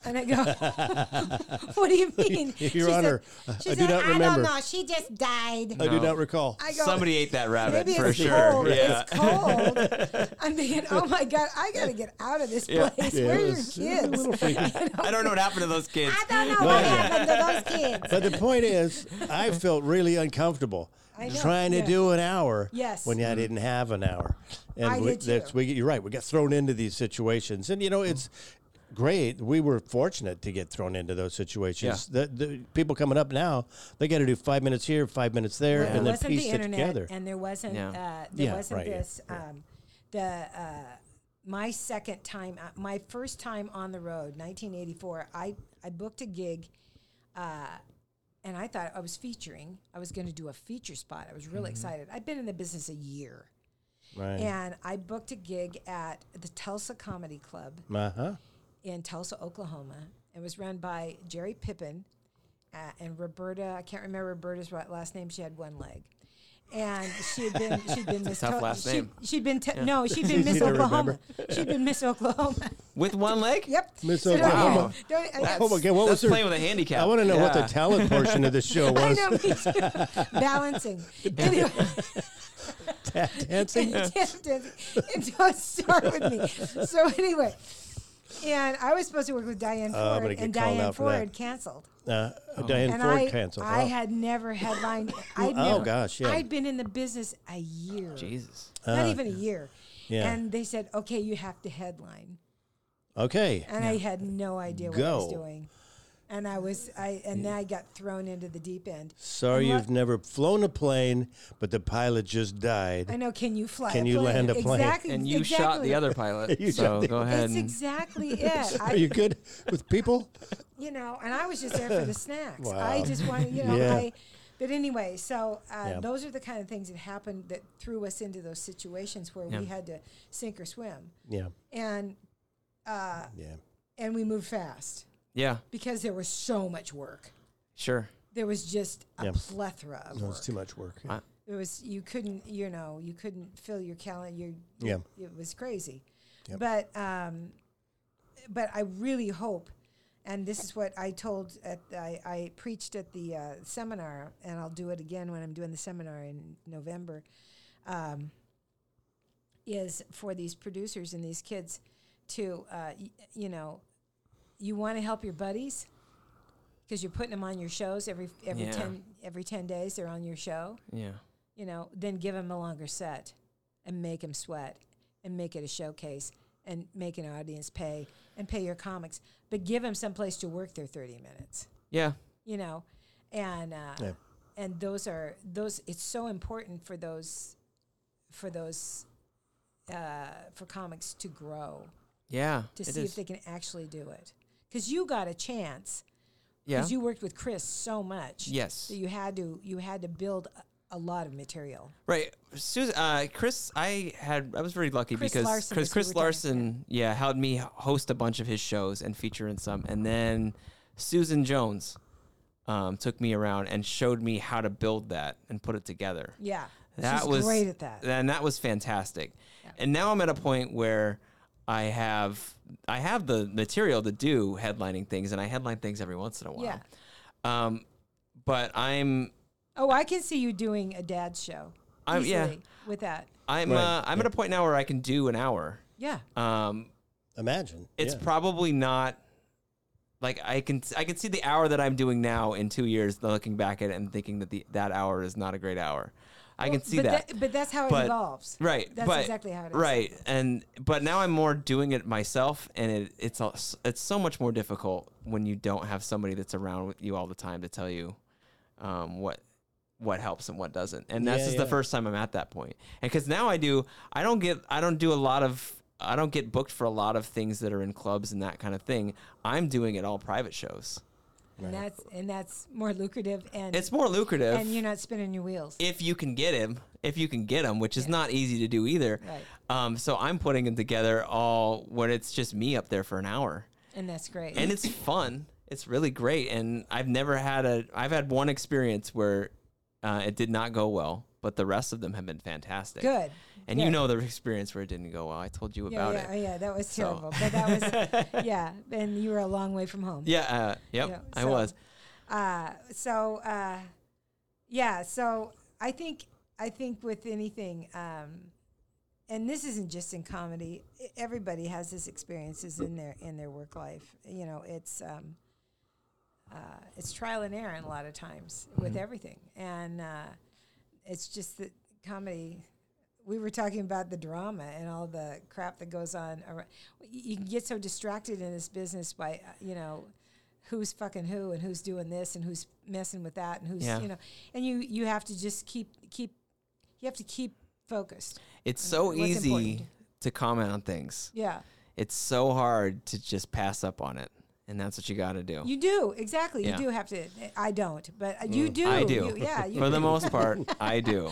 Speaker 2: And I go, (laughs) "What do
Speaker 3: (laughs)
Speaker 2: you mean,
Speaker 3: Your
Speaker 2: She said-
Speaker 3: Honor,
Speaker 2: she
Speaker 3: I do
Speaker 2: said,
Speaker 3: not
Speaker 2: I
Speaker 3: remember."
Speaker 2: don't know. She just died.
Speaker 3: I do
Speaker 1: No.
Speaker 3: not recall.
Speaker 2: I go,
Speaker 1: Somebody ate that rabbit
Speaker 2: Maybe
Speaker 1: for
Speaker 2: it's
Speaker 1: sure.
Speaker 2: cold.
Speaker 1: Yeah. (laughs)
Speaker 2: It's cold. I'm thinking, oh my god, I gotta get out of this
Speaker 1: Yeah.
Speaker 2: place.
Speaker 3: Yeah,
Speaker 2: Where
Speaker 3: it
Speaker 2: are your
Speaker 3: was-
Speaker 2: kids?
Speaker 3: it was a little freaky.
Speaker 1: I don't know what happened to those kids.
Speaker 2: I
Speaker 1: (laughs)
Speaker 2: don't know
Speaker 3: Well,
Speaker 2: what happened to those kids.
Speaker 3: but the point is, I felt really uncomfortable
Speaker 2: I know,
Speaker 3: trying to
Speaker 2: yeah.
Speaker 3: do an hour
Speaker 2: Yes.
Speaker 3: when I didn't have an hour. And
Speaker 2: I
Speaker 3: we,
Speaker 2: did too.
Speaker 3: that's- we- you're right. We got thrown into these situations, and you know it's. Great. We were fortunate to get thrown into those situations. The, the people coming up now, they got to do five minutes here, five minutes there,
Speaker 2: Well,
Speaker 3: and
Speaker 2: there
Speaker 3: then
Speaker 2: wasn't
Speaker 3: piece
Speaker 2: the
Speaker 3: it
Speaker 2: internet,
Speaker 3: together.
Speaker 2: and there wasn't
Speaker 1: Yeah.
Speaker 2: uh, there
Speaker 3: Yeah,
Speaker 2: wasn't
Speaker 3: right, yeah,
Speaker 2: this um, the uh, my second time uh, my first time on the road 1984 I I booked a gig uh, and I thought I was featuring I was going to do a feature spot I was really
Speaker 3: Mm-hmm.
Speaker 2: excited I'd been in the business a year
Speaker 3: right.
Speaker 2: and I booked a gig at the Tulsa Comedy Club
Speaker 3: Uh huh.
Speaker 2: in Tulsa, Oklahoma. It was run by Jerry Pippin uh, and Roberta. I can't remember Roberta's right- last name. She had one leg, and she had been she'd
Speaker 1: (laughs)
Speaker 2: been Miss
Speaker 1: tough
Speaker 2: Tul-
Speaker 1: last
Speaker 2: she,
Speaker 1: name.
Speaker 2: She'd been te- no, she'd
Speaker 1: (laughs)
Speaker 2: been Miss
Speaker 3: to remember.
Speaker 2: Oklahoma. She'd been Miss Oklahoma. (laughs)
Speaker 1: With one leg?
Speaker 2: yep,
Speaker 3: Miss
Speaker 2: So don't even-
Speaker 1: Oklahoma.
Speaker 2: (laughs) don't- I-
Speaker 3: Oh my God! What was
Speaker 1: That's
Speaker 3: her?
Speaker 1: playing with a handicap.
Speaker 3: I want to know what the
Speaker 1: Yeah.
Speaker 3: talent portion of the show
Speaker 2: (laughs) I
Speaker 3: was.
Speaker 2: know, me too. (laughs)
Speaker 1: (laughs)
Speaker 2: balancing. Anyway,
Speaker 3: Dancing.
Speaker 2: it don't start with me. So anyway, and I was supposed to work with Diane
Speaker 3: Oh, I'm
Speaker 2: Ford,
Speaker 3: gonna get
Speaker 2: and
Speaker 3: called
Speaker 2: Diane
Speaker 3: out for that.
Speaker 2: Ford canceled.
Speaker 3: Uh, Diane
Speaker 2: Oh. and
Speaker 3: Ford
Speaker 2: I,
Speaker 3: canceled.
Speaker 2: I
Speaker 3: Oh.
Speaker 2: had never
Speaker 3: (laughs)
Speaker 2: headlined. I'd
Speaker 3: Oh,
Speaker 2: never,
Speaker 3: gosh, yeah. Uh,
Speaker 2: I'd been in the business a year,
Speaker 1: Jesus.
Speaker 2: not even a year.
Speaker 3: Yeah.
Speaker 2: And they said, "Okay, you have to headline,"
Speaker 3: okay.
Speaker 2: and I had no idea what I was
Speaker 3: Go.
Speaker 2: doing. And I was, I and then I got thrown into the deep end.
Speaker 3: Sorry
Speaker 2: And what-
Speaker 3: you've never flown a plane, but the pilot just died.
Speaker 2: I know. Can you fly?
Speaker 3: Can
Speaker 2: a
Speaker 3: you
Speaker 2: plane?
Speaker 3: land a plane?
Speaker 2: Exactly.
Speaker 1: And you
Speaker 2: exactly.
Speaker 1: shot the
Speaker 2: (laughs)
Speaker 1: other pilot.
Speaker 3: You shot
Speaker 1: so
Speaker 3: the-
Speaker 1: go ahead.
Speaker 2: That's
Speaker 1: And,
Speaker 3: (laughs)
Speaker 2: exactly it.
Speaker 3: Are
Speaker 2: I,
Speaker 3: you good with people? (laughs)
Speaker 2: you know, and I was just there for the snacks. I
Speaker 3: Wow.
Speaker 2: just wanted, you know,
Speaker 3: Yeah.
Speaker 2: I. But anyway, so uh,
Speaker 3: Yeah.
Speaker 2: those are the kind of things that happened that threw us into those situations where we had to sink or swim,
Speaker 3: Yeah.
Speaker 2: and uh,
Speaker 3: Yeah.
Speaker 2: and we moved fast
Speaker 1: yeah,
Speaker 2: because there was so much work.
Speaker 1: sure.
Speaker 2: There was just a
Speaker 3: Yeah.
Speaker 2: plethora of
Speaker 3: No,
Speaker 2: work.
Speaker 3: it's too much work.
Speaker 1: I-
Speaker 2: It was you couldn't, you know, you couldn't fill your calendar. You,
Speaker 3: Yeah.
Speaker 2: it was crazy.
Speaker 3: Yep.
Speaker 2: But um, but I really hope, and this is what I told at I, I preached at the uh, seminar, and I'll do it again when I'm doing the seminar in November. Um, is for these producers and these kids to, uh, y- you know, you want to help your buddies because you're putting them on your shows every every
Speaker 1: Yeah.
Speaker 2: ten every ten days they're on your show
Speaker 1: Yeah.
Speaker 2: you know, then give them a longer set and make them sweat and make it a showcase and make an audience pay and pay your comics, but give them someplace to work their 30 minutes,
Speaker 1: Yeah.
Speaker 2: you know, and, uh,
Speaker 3: Yeah.
Speaker 2: and those are those, it's so important for those, for those uh, for comics to grow
Speaker 1: Yeah.
Speaker 2: to
Speaker 1: it
Speaker 2: see
Speaker 1: is.
Speaker 2: if they can actually do it. Because you got a chance
Speaker 1: yeah.
Speaker 2: because you worked with Chris so much.
Speaker 1: Yes.
Speaker 2: that you had to you had to build a, a lot of material.
Speaker 1: Right, Susan, uh, Chris. I had I was very lucky
Speaker 2: Chris
Speaker 1: because
Speaker 2: Larson
Speaker 1: Chris
Speaker 2: is who
Speaker 1: Chris
Speaker 2: we're talking
Speaker 1: Larson, yeah, had me host a bunch of his shows and feature in some, and then Susan Jones um, took me around and showed me how to build that and put it together.
Speaker 2: Yeah,
Speaker 1: That
Speaker 2: she's
Speaker 1: was
Speaker 2: great at that.
Speaker 1: and that was fantastic. And now I'm at a point where I have I have the material to do headlining things, and I headline things every once in a while. Um, but I'm
Speaker 2: Oh, I can see you doing a dad show.
Speaker 1: I'm- yeah.
Speaker 2: easily With that,
Speaker 1: I'm
Speaker 3: Right,
Speaker 1: uh, I'm at a point now where I can do an hour.
Speaker 2: yeah.
Speaker 1: Um,
Speaker 3: Imagine.
Speaker 1: it's
Speaker 3: yeah.
Speaker 1: probably not like I can I can see the hour that I'm doing now in two years looking back at it and thinking that the that hour is not a great hour. I can see
Speaker 2: but
Speaker 1: that.
Speaker 2: But that's how it
Speaker 1: But-
Speaker 2: evolves.
Speaker 1: Right,
Speaker 2: That's
Speaker 1: but-
Speaker 2: exactly how it is.
Speaker 1: Right, and but now I'm more doing it myself, and it, it's all, it's so much more difficult when you don't have somebody that's around with you all the time to tell you um, what what helps and what doesn't. And this
Speaker 3: Yeah,
Speaker 1: is the
Speaker 3: yeah.
Speaker 1: first time I'm at that point, and because now I do, I don't get, I don't do a lot of, I don't get booked for a lot of things that are in clubs and that kind of thing. I'm doing it all private shows.
Speaker 2: And that's and that's more lucrative and
Speaker 1: It's more lucrative.
Speaker 2: and you're not spinning your wheels.
Speaker 1: if you can get him, if you can get him, which is not easy to do either.
Speaker 2: Right.
Speaker 1: Um, so I'm putting him together all when it's just me up there for an hour,
Speaker 2: and that's great.
Speaker 1: and
Speaker 2: (clears throat)
Speaker 1: it's fun. It's really great, and I've never had a. I've had one experience where uh, it did not go well, but the rest of them have been fantastic.
Speaker 2: good.
Speaker 1: And
Speaker 2: Yeah.
Speaker 1: you know the experience where it didn't go well. I told you
Speaker 2: yeah,
Speaker 1: about
Speaker 2: yeah,
Speaker 1: it.
Speaker 2: oh, yeah, that was
Speaker 1: So-
Speaker 2: terrible. But
Speaker 1: (laughs)
Speaker 2: that was yeah, and you were a long way from home.
Speaker 1: Yeah. Uh, yep.
Speaker 2: Yeah,
Speaker 1: I
Speaker 2: so-
Speaker 1: was.
Speaker 2: Uh, so uh, yeah, so I think I think with anything, um, and this isn't just in comedy. e- Everybody has this experiences in their in their work life. You know, it's um, uh, it's trial and error in a lot of times with everything, and uh, it's just that comedy. We were talking about the drama and all the crap that goes on. Around. You can get so distracted in this business by, uh, you know, who's fucking who and who's doing this and who's messing with that and who's,
Speaker 1: Yeah.
Speaker 2: you know, and you you have to just keep keep you have to keep focused.
Speaker 1: It's so
Speaker 2: what's
Speaker 1: easy
Speaker 2: important.
Speaker 1: to comment on things.
Speaker 2: Yeah,
Speaker 1: It's so hard to just pass up on it, and that's what you got to do.
Speaker 2: you do exactly.
Speaker 1: Yeah. Mm,
Speaker 2: You do have to. I don't, but uh, you do.
Speaker 1: I do.
Speaker 2: You, yeah, you
Speaker 1: For the
Speaker 2: do. (laughs)
Speaker 1: most part, I do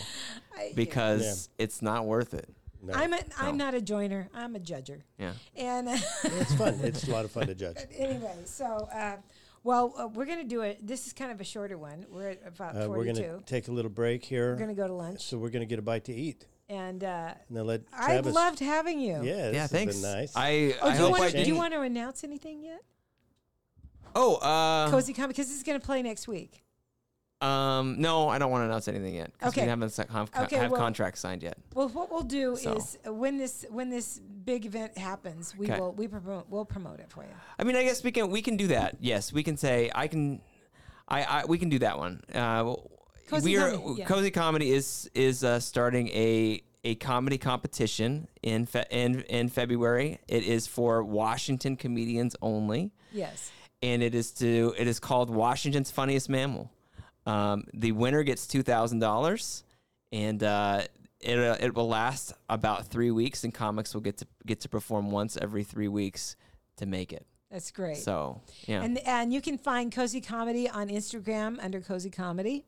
Speaker 2: I-
Speaker 1: because it's not worth it.
Speaker 3: No,
Speaker 2: I'm a, I'm not a joiner. I'm a judger.
Speaker 1: Yeah.
Speaker 2: And (laughs)
Speaker 3: it's fun. It's a lot of fun to judge.
Speaker 2: anyway, so uh, well, uh, we're gonna do it. This is kind of a shorter one. We're at about
Speaker 3: Uh, we're
Speaker 2: 42.
Speaker 3: going to take a little break here.
Speaker 2: we're gonna go to lunch,
Speaker 3: so we're going to get a bite to eat.
Speaker 2: and uh,
Speaker 3: And then let
Speaker 2: I
Speaker 3: Travis.
Speaker 2: loved having you.
Speaker 3: Yeah, this
Speaker 1: yeah.
Speaker 3: has
Speaker 1: Thanks.
Speaker 3: Been nice.
Speaker 1: I.
Speaker 2: Oh,
Speaker 1: I
Speaker 2: do you,
Speaker 1: hope
Speaker 2: want
Speaker 1: I
Speaker 2: to, do
Speaker 1: didn't.
Speaker 2: you want to announce anything yet?
Speaker 1: oh. Uh,
Speaker 2: Cozy Comic, because this is going to play next week.
Speaker 1: um. No, I don't want to announce anything yet. 'cause
Speaker 2: Okay.
Speaker 1: We haven't si- have,
Speaker 2: Okay,
Speaker 1: have
Speaker 2: well-
Speaker 1: contracts signed yet.
Speaker 2: Well, what we'll do
Speaker 1: So.
Speaker 2: is uh, when this when this big event happens, we
Speaker 1: Okay.
Speaker 2: will we promote we'll promote it for you.
Speaker 1: I mean, I guess we can. We can do that. Yes, we can say I can. I. I we can do that one. Uh,
Speaker 2: Cozy
Speaker 1: we are
Speaker 2: Comedy, yeah.
Speaker 1: cozy comedy is is uh, starting a a comedy competition in fe- in in February. It is for Washington comedians only.
Speaker 2: Yes.
Speaker 1: and it is to it is called Washington's Funniest Mammal. Um, the winner gets two thousand dollars, and uh, it uh, it will last about three weeks, and comics will get to get to perform once every three weeks to make it.
Speaker 2: That's great.
Speaker 1: So yeah,
Speaker 2: And and you can find Cozy Comedy on Instagram under Cozy Comedy,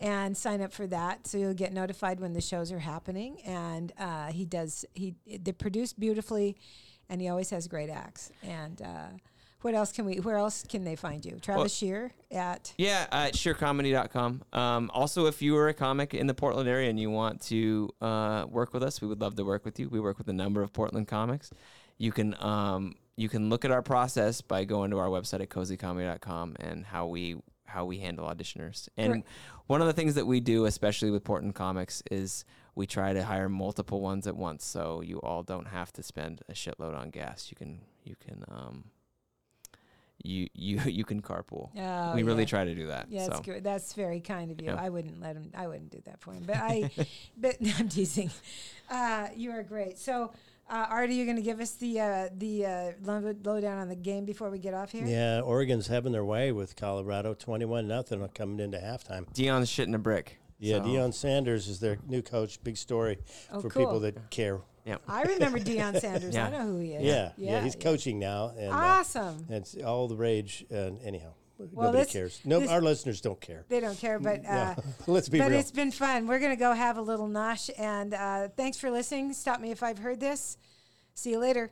Speaker 2: and sign up for that so you'll get notified when the shows are happening. And uh, he does he they produce beautifully, and he always has great acts. And uh, what else can we? Where else can they find you? Travis Shear at
Speaker 1: yeah, uh, at sheercomedy.com. Um, also, if you are a comic in the Portland area and you want to uh, work with us, we would love to work with you. We work with a number of Portland comics. You can um, you can look at our process by going to our website at cozycomedy.com and how we how we handle auditioners. And
Speaker 2: Correct.
Speaker 1: one of the things that we do, especially with Portland comics, is we try to hire multiple ones at once, so you all don't have to spend a shitload on gas. You can you can um, you (laughs) you you can carpool
Speaker 2: Oh,
Speaker 1: we really
Speaker 2: yeah.
Speaker 1: try to do that.
Speaker 2: Yeah, that's
Speaker 1: so.
Speaker 2: good. That's very kind of you.
Speaker 1: Yeah.
Speaker 2: I wouldn't let him. I wouldn't do that for him. But
Speaker 1: (laughs)
Speaker 2: I, but (laughs) I'm teasing. Uh, you are great. So, uh, Artie, you're going to give us the uh, the uh, low- lowdown on the game before we get off here.
Speaker 3: yeah, Oregon's having their way with Colorado, twenty-one nothing coming into halftime.
Speaker 1: Dion's shitting a brick.
Speaker 3: Yeah,
Speaker 1: so-
Speaker 3: Deion Sanders is their new coach. Big story
Speaker 2: Oh,
Speaker 3: for
Speaker 2: cool.
Speaker 3: people that care.
Speaker 1: Yeah.
Speaker 2: I remember
Speaker 3: (laughs)
Speaker 2: Deion Sanders. I
Speaker 1: Yeah.
Speaker 2: know who he is.
Speaker 3: Yeah, yeah, he's coaching now, and uh,
Speaker 2: Awesome.
Speaker 3: it's all the rage. And anyhow, nobody
Speaker 2: this-
Speaker 3: cares. No,
Speaker 2: this-
Speaker 3: our listeners don't care.
Speaker 2: They don't care, but uh,
Speaker 3: (laughs) Let's be
Speaker 2: but
Speaker 3: real.
Speaker 2: it's been fun. We're gonna go have a little nosh, and uh, thanks for listening. Stop me if I've heard this. See you later.